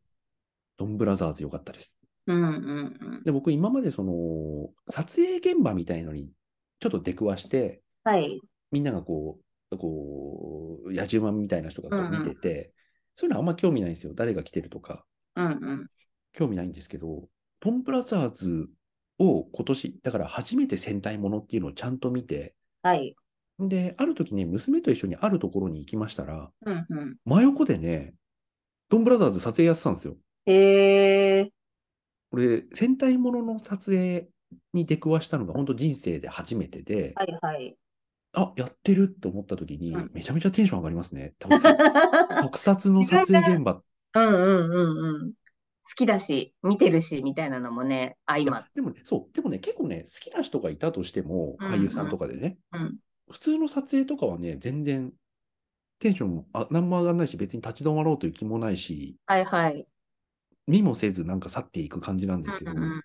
S1: ドンブラザーズ良かったです。
S2: うんうんうん。
S1: で、僕今までその、撮影現場みたいのにちょっと出くわして、
S2: はい。
S1: みんながこう、こう、野獣馬みたいな人がこ
S2: うんう
S1: うん見てて、そういうのあんま興味ないんですよ。誰が来てるとか、
S2: うんうん。
S1: 興味ないんですけど、ドンブラザーズを今年、だから初めて戦隊ものっていうのをちゃんと見て、
S2: はい。
S1: で、ある時ね、娘と一緒にあるところに行きましたら、
S2: うんうん。
S1: 真横でね、ドンブラザーズ撮影やってたんですよ。
S2: へえ。
S1: 俺、戦隊ものの撮影に出くわしたのが、本当人生で初めてで、
S2: はいはい。
S1: あ、やってるって思った時に
S2: うん、
S1: めちゃめちゃテンション上がりますね。多
S2: <laughs>
S1: 分特撮の撮影現場。
S2: うんうんうんうん。好きだし、見てるし、みたいなのもね、
S1: い
S2: 相まっ
S1: や、でもね、そう、でもね、結構ね、好きな人がいたとしても、
S2: うん
S1: 俳優さんとかでね、
S2: うん
S1: 普通の撮影とかはね、全然テンションもあ何も上がらないし、別に立ち止まろうという気もないし、
S2: はいはい。
S1: 見もせずなんか去っていく感じなんですけど、
S2: うんうん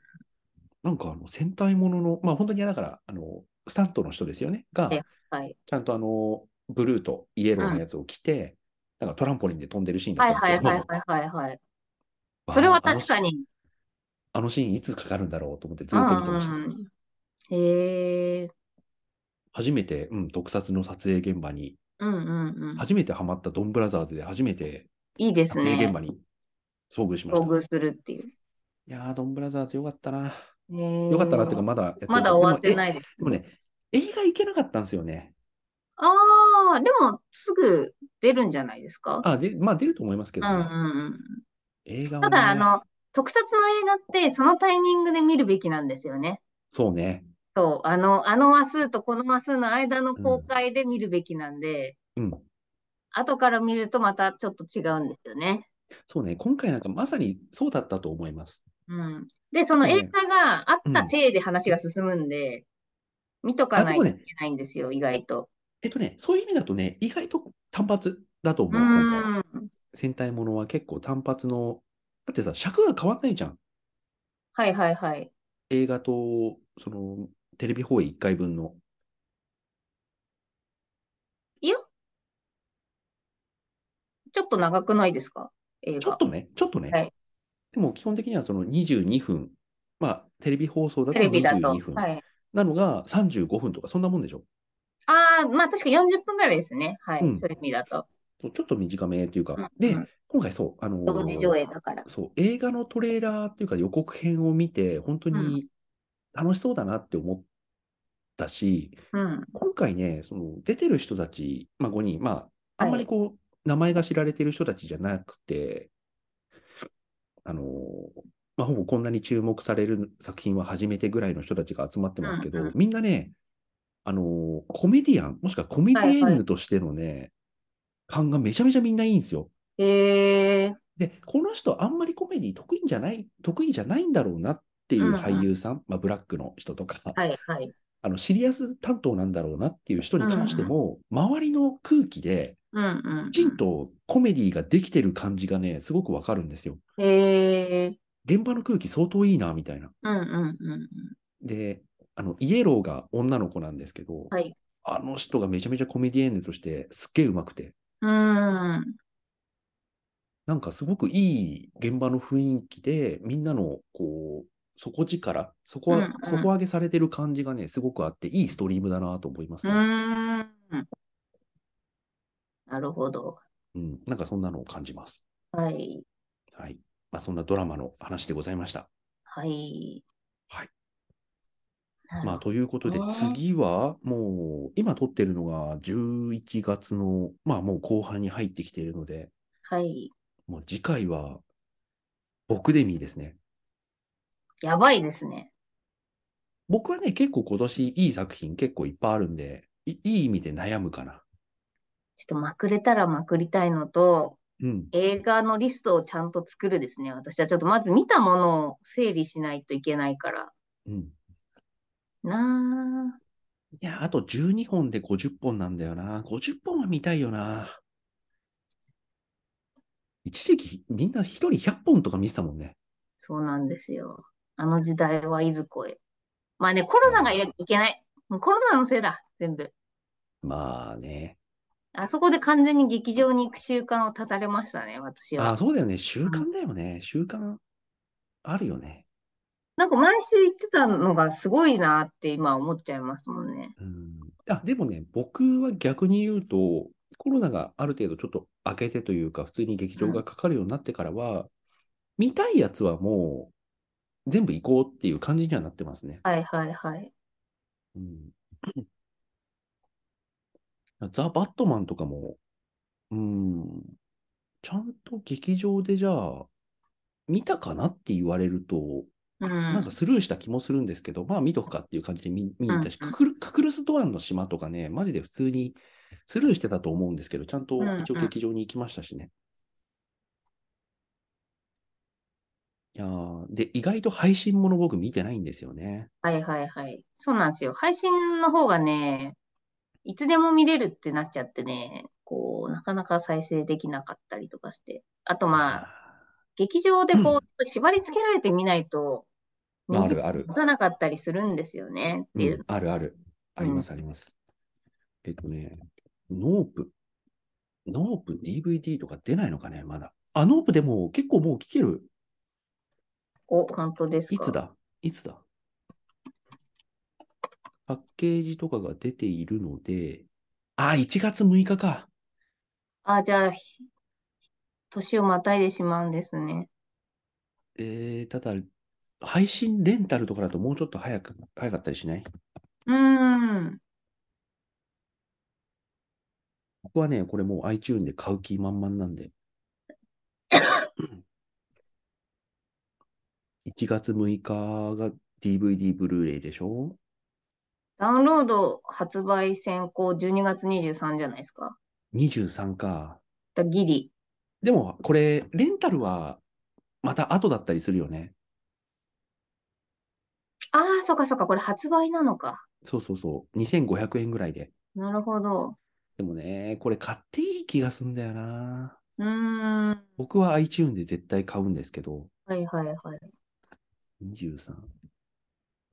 S1: なんかあの戦隊ものの、まあ本当にだから、あの、スタントの人ですよね、が、
S2: はいはい
S1: ちゃんとあの、ブルーとイエローのやつを着て、なんかトランポリンで飛んでるシーンだ
S2: は
S1: っ
S2: い
S1: たんです
S2: はい
S1: けど、
S2: はいはいはいはい。それは確か
S1: に。
S2: に。
S1: あのシーンいつかかるんだろうと思ってず
S2: う
S1: っ
S2: ん
S1: と見てました。
S2: うんうん。へえ。
S1: 初めて、うん、特撮の撮影現場に、
S2: うんうんうん。
S1: 初めてハマったドンブラザーズで初めて
S2: いいです
S1: 撮影
S2: ね
S1: 現。場に遭遇しまし
S2: 遭
S1: た。
S2: 遇するっていう。
S1: いやー、ドンブラザーズよかったな。
S2: へえ
S1: よかったなっていうか、まだやってる
S2: まだ終わって
S1: でもえ
S2: ないです。
S1: でもね、映画行けなかったんですよね。
S2: ああ、でも、すぐ出るんじゃないですか。
S1: あ、で、まあ出ると思いますけ
S2: う
S1: ど
S2: んう
S1: ね、
S2: んうん。
S1: 映画は
S2: た
S1: ね、
S2: だ、あの、特撮の映画って、そのタイミングで見るべきなんですよね。
S1: そうね。
S2: そう、あの、あの話数とこの話数の間の公開で見るべきなんで、
S1: うん。
S2: 後から見るとまたちょっと違うんですよね。
S1: そうね。今回なんかまさにそうだったと思います。
S2: うん。で、その
S1: そうね
S2: 映画があった
S1: うん
S2: 体で話が進むんで、見とか
S1: あ、
S2: な
S1: で
S2: い
S1: も
S2: とい
S1: ね、
S2: けないんですよ、意外と。
S1: えっとね、そういう意味だとね、意外と単発だと思う、
S2: う
S1: 今回。
S2: ん。
S1: 戦隊ものは結構単発の、だってさ、尺が変わんないじゃん。
S2: はいはいはい。
S1: 映画と、その、テレビ放映1回分の。
S2: ちょっと長くないですか、映
S1: ちょ
S2: 画
S1: っ。とね、ちょっとね。
S2: はい
S1: でも基本的にはその22分。まあ、テレビ放送だと
S2: テレビだと。
S1: 22分。
S2: はい。
S1: なのが35分とか、そんなもんでしょ。
S2: ああ、まあ確か40分ぐらいですね。はい。
S1: うん
S2: そういう意味だと。
S1: そうちょっと短めっていうか。
S2: うん
S1: で
S2: うん、
S1: 今回そう、あのー
S2: 同時上映だから。
S1: そう、映画のトレーラーっていうか予告編を見て、本当
S2: う
S1: に楽しそうだなって思ったし、
S2: うん。
S1: 今回ね、その出てる人たち、まあ、5人、まあ、あんま
S2: は
S1: り
S2: い
S1: こう、名前が知られてる人たちじゃなくて、あのーまあ、ほぼこんなに注目される作品は初めてぐらいの人たちが集まってますけど、
S2: うんうん
S1: みんなね、あのーコメディアン、もしくはコメディエンヌとしてのね、感がめちゃめちゃみんないいんですよ。
S2: へえ。
S1: で、この人、あんまりコメディ得意んじゃない、得意じゃないんだろうなっていう俳優さん、まあ、ブラックの人とか、
S2: はいはい。
S1: あのシリアス担当なんだろうなっていう人に関しても、周りの空気で、
S2: うんうん
S1: きちんとコメディができてる感じがね、すごくわかるんですよ。
S2: うん。へえ。
S1: 現場の空気相当いいな、みたいな。
S2: うんうんうんうん。
S1: で、あの、イエローが女の子なんですけど、
S2: はい
S1: あの人がめちゃめちゃコメディエンヌとしてすっげえ上手くて、
S2: うん。
S1: なんかすごくいい現場の雰囲気で、みんなのこう、底力、底は、
S2: うんうん
S1: 底上げされてる感じがね、すごくあって、いいストリームだなと思います
S2: う
S1: ね。
S2: ーん。なるほど。
S1: うん、なんかそんなのを感じます。
S2: はい。
S1: はい。まあ、そんなドラマの話でございました。
S2: はい。
S1: はい。
S2: なる
S1: まあ、
S2: ほど。
S1: ということで
S2: ね、
S1: 次はもう、今撮ってるのが11月の、まあもう後半に入ってきているので、
S2: はい。
S1: もう次回は、僕デミーですね。
S2: やばいですね。
S1: 僕はね、結構今年いい作品結構いっぱいあるんで、いいい意味で悩むかな。
S2: ちょっとまくれたらまくりたいのと、
S1: うん。
S2: 映画のリストをちゃんと作るですね。私はちょっとまず見たものを整理しないといけないから。
S1: うん。
S2: なあ。
S1: いや、あと12本で50本なんだよな。50本は見たいよな。一時期みんな一人100本とか見てたもんね。
S2: そうなんですよ。あの時代はいずこへ。まあね、コロナがいいけない。もうコロナのせいだ、全部。
S1: まあね。
S2: あそこで完全に劇場に行く習慣を断たれましたね、私は。
S1: あ、そうだよね。習慣だよね。習慣あるよね。
S2: なんか毎週行ってたのがすごいなって今思っちゃいますもんね。
S1: うん。あ、でもね、僕は逆に言うと、コロナがある程度ちょっと明けてというか、普通に劇場がかかるようになってからは、見たいやつはもう全部行こうっていう感じにはなってますね。
S2: はいはいはい。
S1: うん、ザ・バットマンとかも、うん、ちゃんと劇場でじゃあ、見たかなって言われると、
S2: うん。
S1: なんかスルーした気もするんですけど、まあ見とくかっていう感じで見見に行ったし、
S2: うんう
S1: ク
S2: ん
S1: クルククルス・ドアンの島とかね、マジで普通にスルーしてたと思うんですけど、ちゃんと
S2: うんうん
S1: 一応劇場に行きましたしね。いやーで、意外と配信もの僕見てないんですよね。
S2: はいはいはい。そうなんですよ。配信の方がね、いつでも見れるってなっちゃってね、こう、なかなか再生できなかったりとかして。あとまあ、劇場
S1: <laughs>
S2: でこう、縛り付けられてみないと、
S1: まああ
S2: 時
S1: るある
S2: 持たなかったりするんですよねってい
S1: う
S2: う。
S1: んあるある。あります、あります。えっとね、ノープ。ノープ DVD とか出ないのかね、まだ。あ、ノープでも結構もう来てる。
S2: お、本当です
S1: い
S2: か。
S1: つだいつだパッケージとかが出ているので、あ、1月6日か。
S2: あ、じゃあ、ひ年をまたいでしまうんですね。
S1: えー、ただ、配信レンタルとかだともうちょっと早く、早かったりしない
S2: うーん。
S1: 僕はね、これもう iTune で買う気満々なんで。1月6日が DVD ブルーレイでしょ
S2: ダウンロード発売先行12月23じゃないですか。
S1: ?23 か。
S2: だギリ。
S1: でも、これ、レンタルはまた後だったりするよね。
S2: ああ、そっかそっか、これ発売なのか。
S1: そうそうそう。2500円ぐらいで。
S2: なるほど。
S1: でもね、これ買っていい気がすんだよな。
S2: うーん。は
S1: 僕は iTune で絶対買うんですけど、
S2: いはいはい。
S1: 23。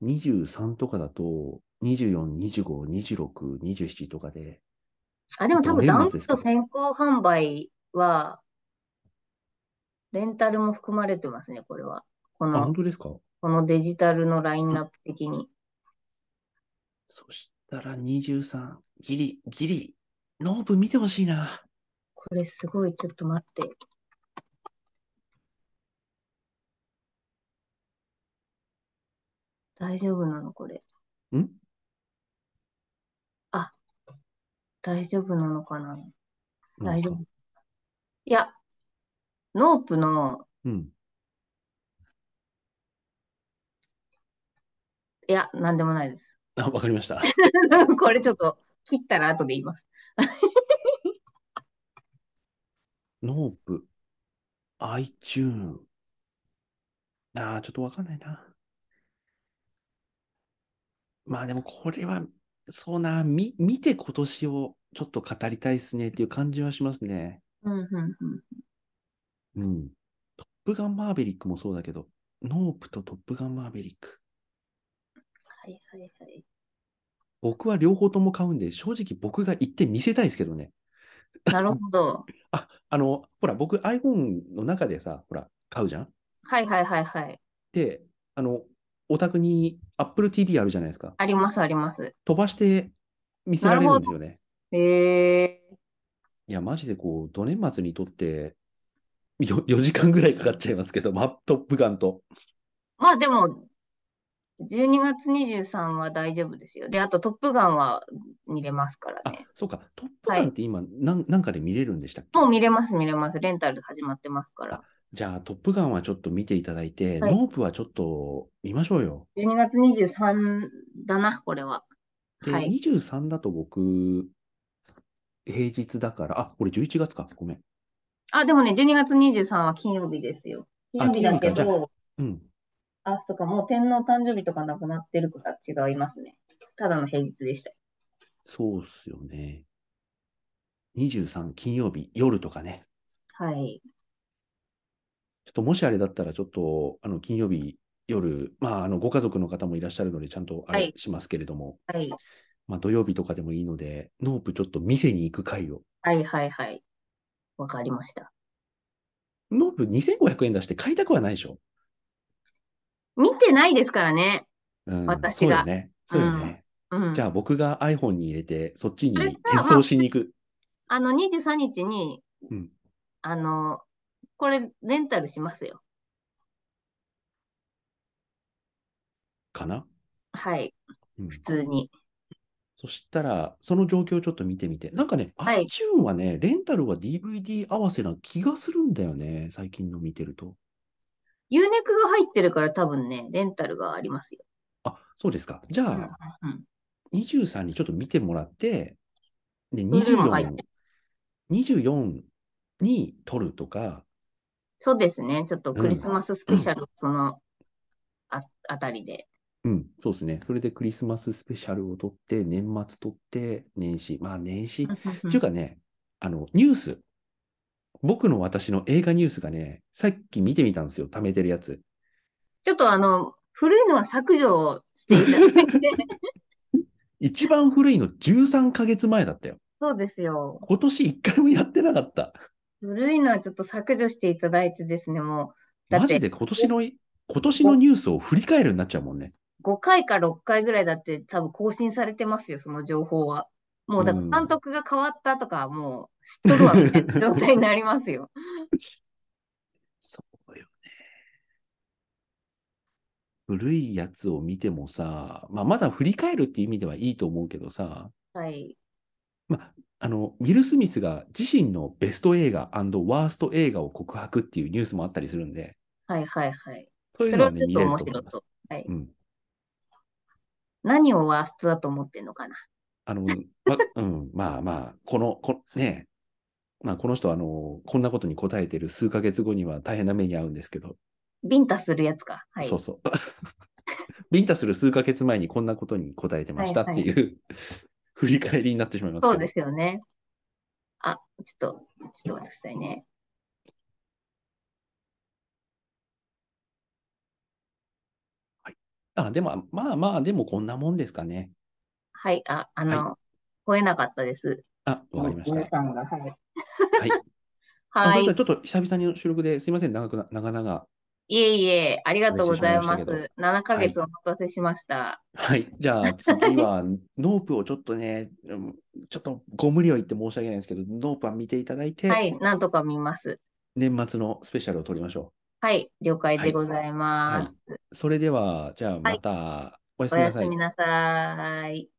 S1: 23とかだと、24、25、26、27とかで、
S2: あ、でも多分ダ
S1: どう
S2: ウ
S1: いう
S2: ンロー
S1: やつです
S2: ド
S1: か
S2: 先行販売は、レンタルも含まれてますね、これは。こ
S1: あ、本
S2: の、
S1: 当ですか
S2: このデジタルのラインナップ的に。
S1: そしたら23、ギリ、ギリ、ノープ見てほしいな。
S2: これすごい、ちょっと待って。大丈夫なの、これ。
S1: ん
S2: 大丈夫なのかな。
S1: なん
S2: 大
S1: す
S2: 丈
S1: か
S2: 夫。いや、ノープの、
S1: うん。
S2: いや、なんでもないです。
S1: あ、わかりました。
S2: <laughs> これちょっと切ったら後で言います。
S1: ノープ、iTune。ああ、ちょっとわかんないな。まあでもこれは、そうな、み、見て今年をちょっと語りたいっすねっていう感じはしますね。
S2: うんうんうん。
S1: うん。トップガンマーベリックもそうだけど、ノープとトップガンマーベリック。
S2: はいはいはい。
S1: 僕は両方とも買うんで、正直僕が行って見せたいですけどね。
S2: なるほど。
S1: あ、あの、ほら、僕 iPhone の中でさ、ほら、買うじゃん
S2: はいはいはいはい。
S1: で、あの、お宅に Apple TV あるじゃないですか。
S2: ありますあります。
S1: 飛ばして見せられるんですよね。
S2: へえ
S1: いや、マジでこう、ど年末にとってよ4時間ぐらいかかっちゃいますけど、マットップガンと。
S2: まあでも、12月23は大丈夫ですよ。で、あとトップガンは見れますから
S1: あ
S2: ね。、
S1: そうか、トップガンって今、なんなんかで見れるんでしたっけ
S2: もう見れます見れます。レンタル始まってますから。
S1: じゃあ、トップガンはちょっと見ていただいて、
S2: はい
S1: ノープはちょっと見ましょうよ。
S2: 12月23だな、これは。
S1: で、
S2: はい。
S1: 23だと僕、平日だから、あ、これ11月か、ごめん。
S2: あ、でもね、12月23は金曜日ですよ。金
S1: あ
S2: 曜日だけ
S1: 金曜日かじゃ
S2: ど、
S1: うん。
S2: あ、そっか、もう天皇誕生日とかなくなってるから違いますね。ただの平日でした。
S1: そうっすよね。23金曜日夜とかね。
S2: はい。
S1: ちょっともしあれだったら、ちょっと、あの、金曜日夜、まあ、あの、ご家族の方もいらっしゃるので、ちゃんとあ
S2: は
S1: れ
S2: い
S1: しますけれども、
S2: はい。
S1: まあ、土曜日とかでもいいので、ノープちょっと店に行く会を。
S2: はいはいはい。わかりました。
S1: ノープ2500円出して買いたくはないでしょ。
S2: 見てないですからね。
S1: うん、
S2: 私が
S1: そうよね。そうよね。
S2: うん。
S1: じゃあ僕が iPhone に入れて、そっちに
S2: それ
S1: 転
S2: かまあ
S1: 送しに行く。
S2: あの、23日に、
S1: うん
S2: あの、これ、レンタルしますよ。
S1: かな、
S2: はい。
S1: うん、
S2: 普通に。
S1: そしたら、その状況をちょっと見てみて。なんかね、
S2: はい
S1: iTune はね、レンタルは DVD 合わせな気がするんだよね。最近の見てると。
S2: ユーネクが入ってるから多分ね、レンタルがありますよ。
S1: あ、そうですか。じゃあ、
S2: うん。
S1: 23にちょっと見てもらって、で、
S2: 20も入っ
S1: 24、24に撮るとか、
S2: そうですね。ちょっとクリスマススペシャル、その、あ、あたりで。
S1: うん、そうですね。それでクリスマススペシャルを撮って、年末撮って、年始。まあ、年始。っていうかね、あの、ニュース。僕の私の映画ニュースがね、さっき見てみたんですよ。貯めてるやつ。
S2: ちょっとあの、古いのは削除していただいて。
S1: 一番古いの13ヶ月前だったよ。
S2: そうですよ。
S1: 今年一回もやってなかった。
S2: 古いのはちょっと削除していただいてですね、もう。だ
S1: マ
S2: っ
S1: ジ
S2: て
S1: で今年のい、今年のニュースを振り返るようになっちゃうもんね。
S2: 5回か6回ぐらいだって多分更新されてますよ、その情報は。もうだから
S1: うん
S2: 監督が変わったとか、もう知っとるわみたいな状態になりま
S1: <laughs>
S2: すよ。
S1: そうよね。古いやつを見てもさ、まあ、まだ振り返るっていう意味ではいいと思うけどさ、
S2: はい。
S1: あの、ウィル・スミスが自身のベスト映画ワースト映画を告白っていうニュースもあったりするんで、
S2: はいはいはい。
S1: そういうの
S2: それ
S1: は
S2: は
S1: ね、
S2: ちょっ
S1: 見
S2: と
S1: れると
S2: 面
S1: 思
S2: 白
S1: います
S2: そう。。はい。
S1: うん。
S2: 何をワーストだと思ってんのかな。
S1: あの、ま、うん、まあまあ、この、こねえ、まあこの人、あの、こんなことに答えてる数ヶ月後には大変な目に遭うんですけど、
S2: ビンタするやつか。はい。
S1: そうそう。 <laughs> ビンタする数ヶ月前にこんなことに答えてましたっていう、 <laughs> 振り返りになってしまいますけど
S2: そうですよね。あ、ちょっと、ちょっと待ってくださいね。
S1: あ、でも、まあまあ、でもこんなもんですかね。
S2: はい。あ、あ
S1: は
S2: の、超えなかったです。
S1: あ、わかりました。
S2: 皆さんが。はい。
S1: はい。あ
S2: <laughs> は
S1: そ
S2: い
S1: れでは。ちょっと久々に収録ですいません、長くな、長々。
S2: いえいえ、ありがとうございま
S1: お願いしまし
S2: す。7ヶ月お待たせしました。
S1: はい。じゃあ次
S2: <laughs>
S1: は、ノープをちょっとね、うんちょっとご無理を言って申し訳ないんですけど、ノープは見ていただいて、
S2: はい、なんとか見ます。
S1: 年末のスペシャルを撮りましょ
S2: はい、了解
S1: はい
S2: でございます。
S1: う。それでは、じゃあまた、おやすみ
S2: お
S1: な
S2: や
S1: さ
S2: す
S1: い
S2: み。なさい。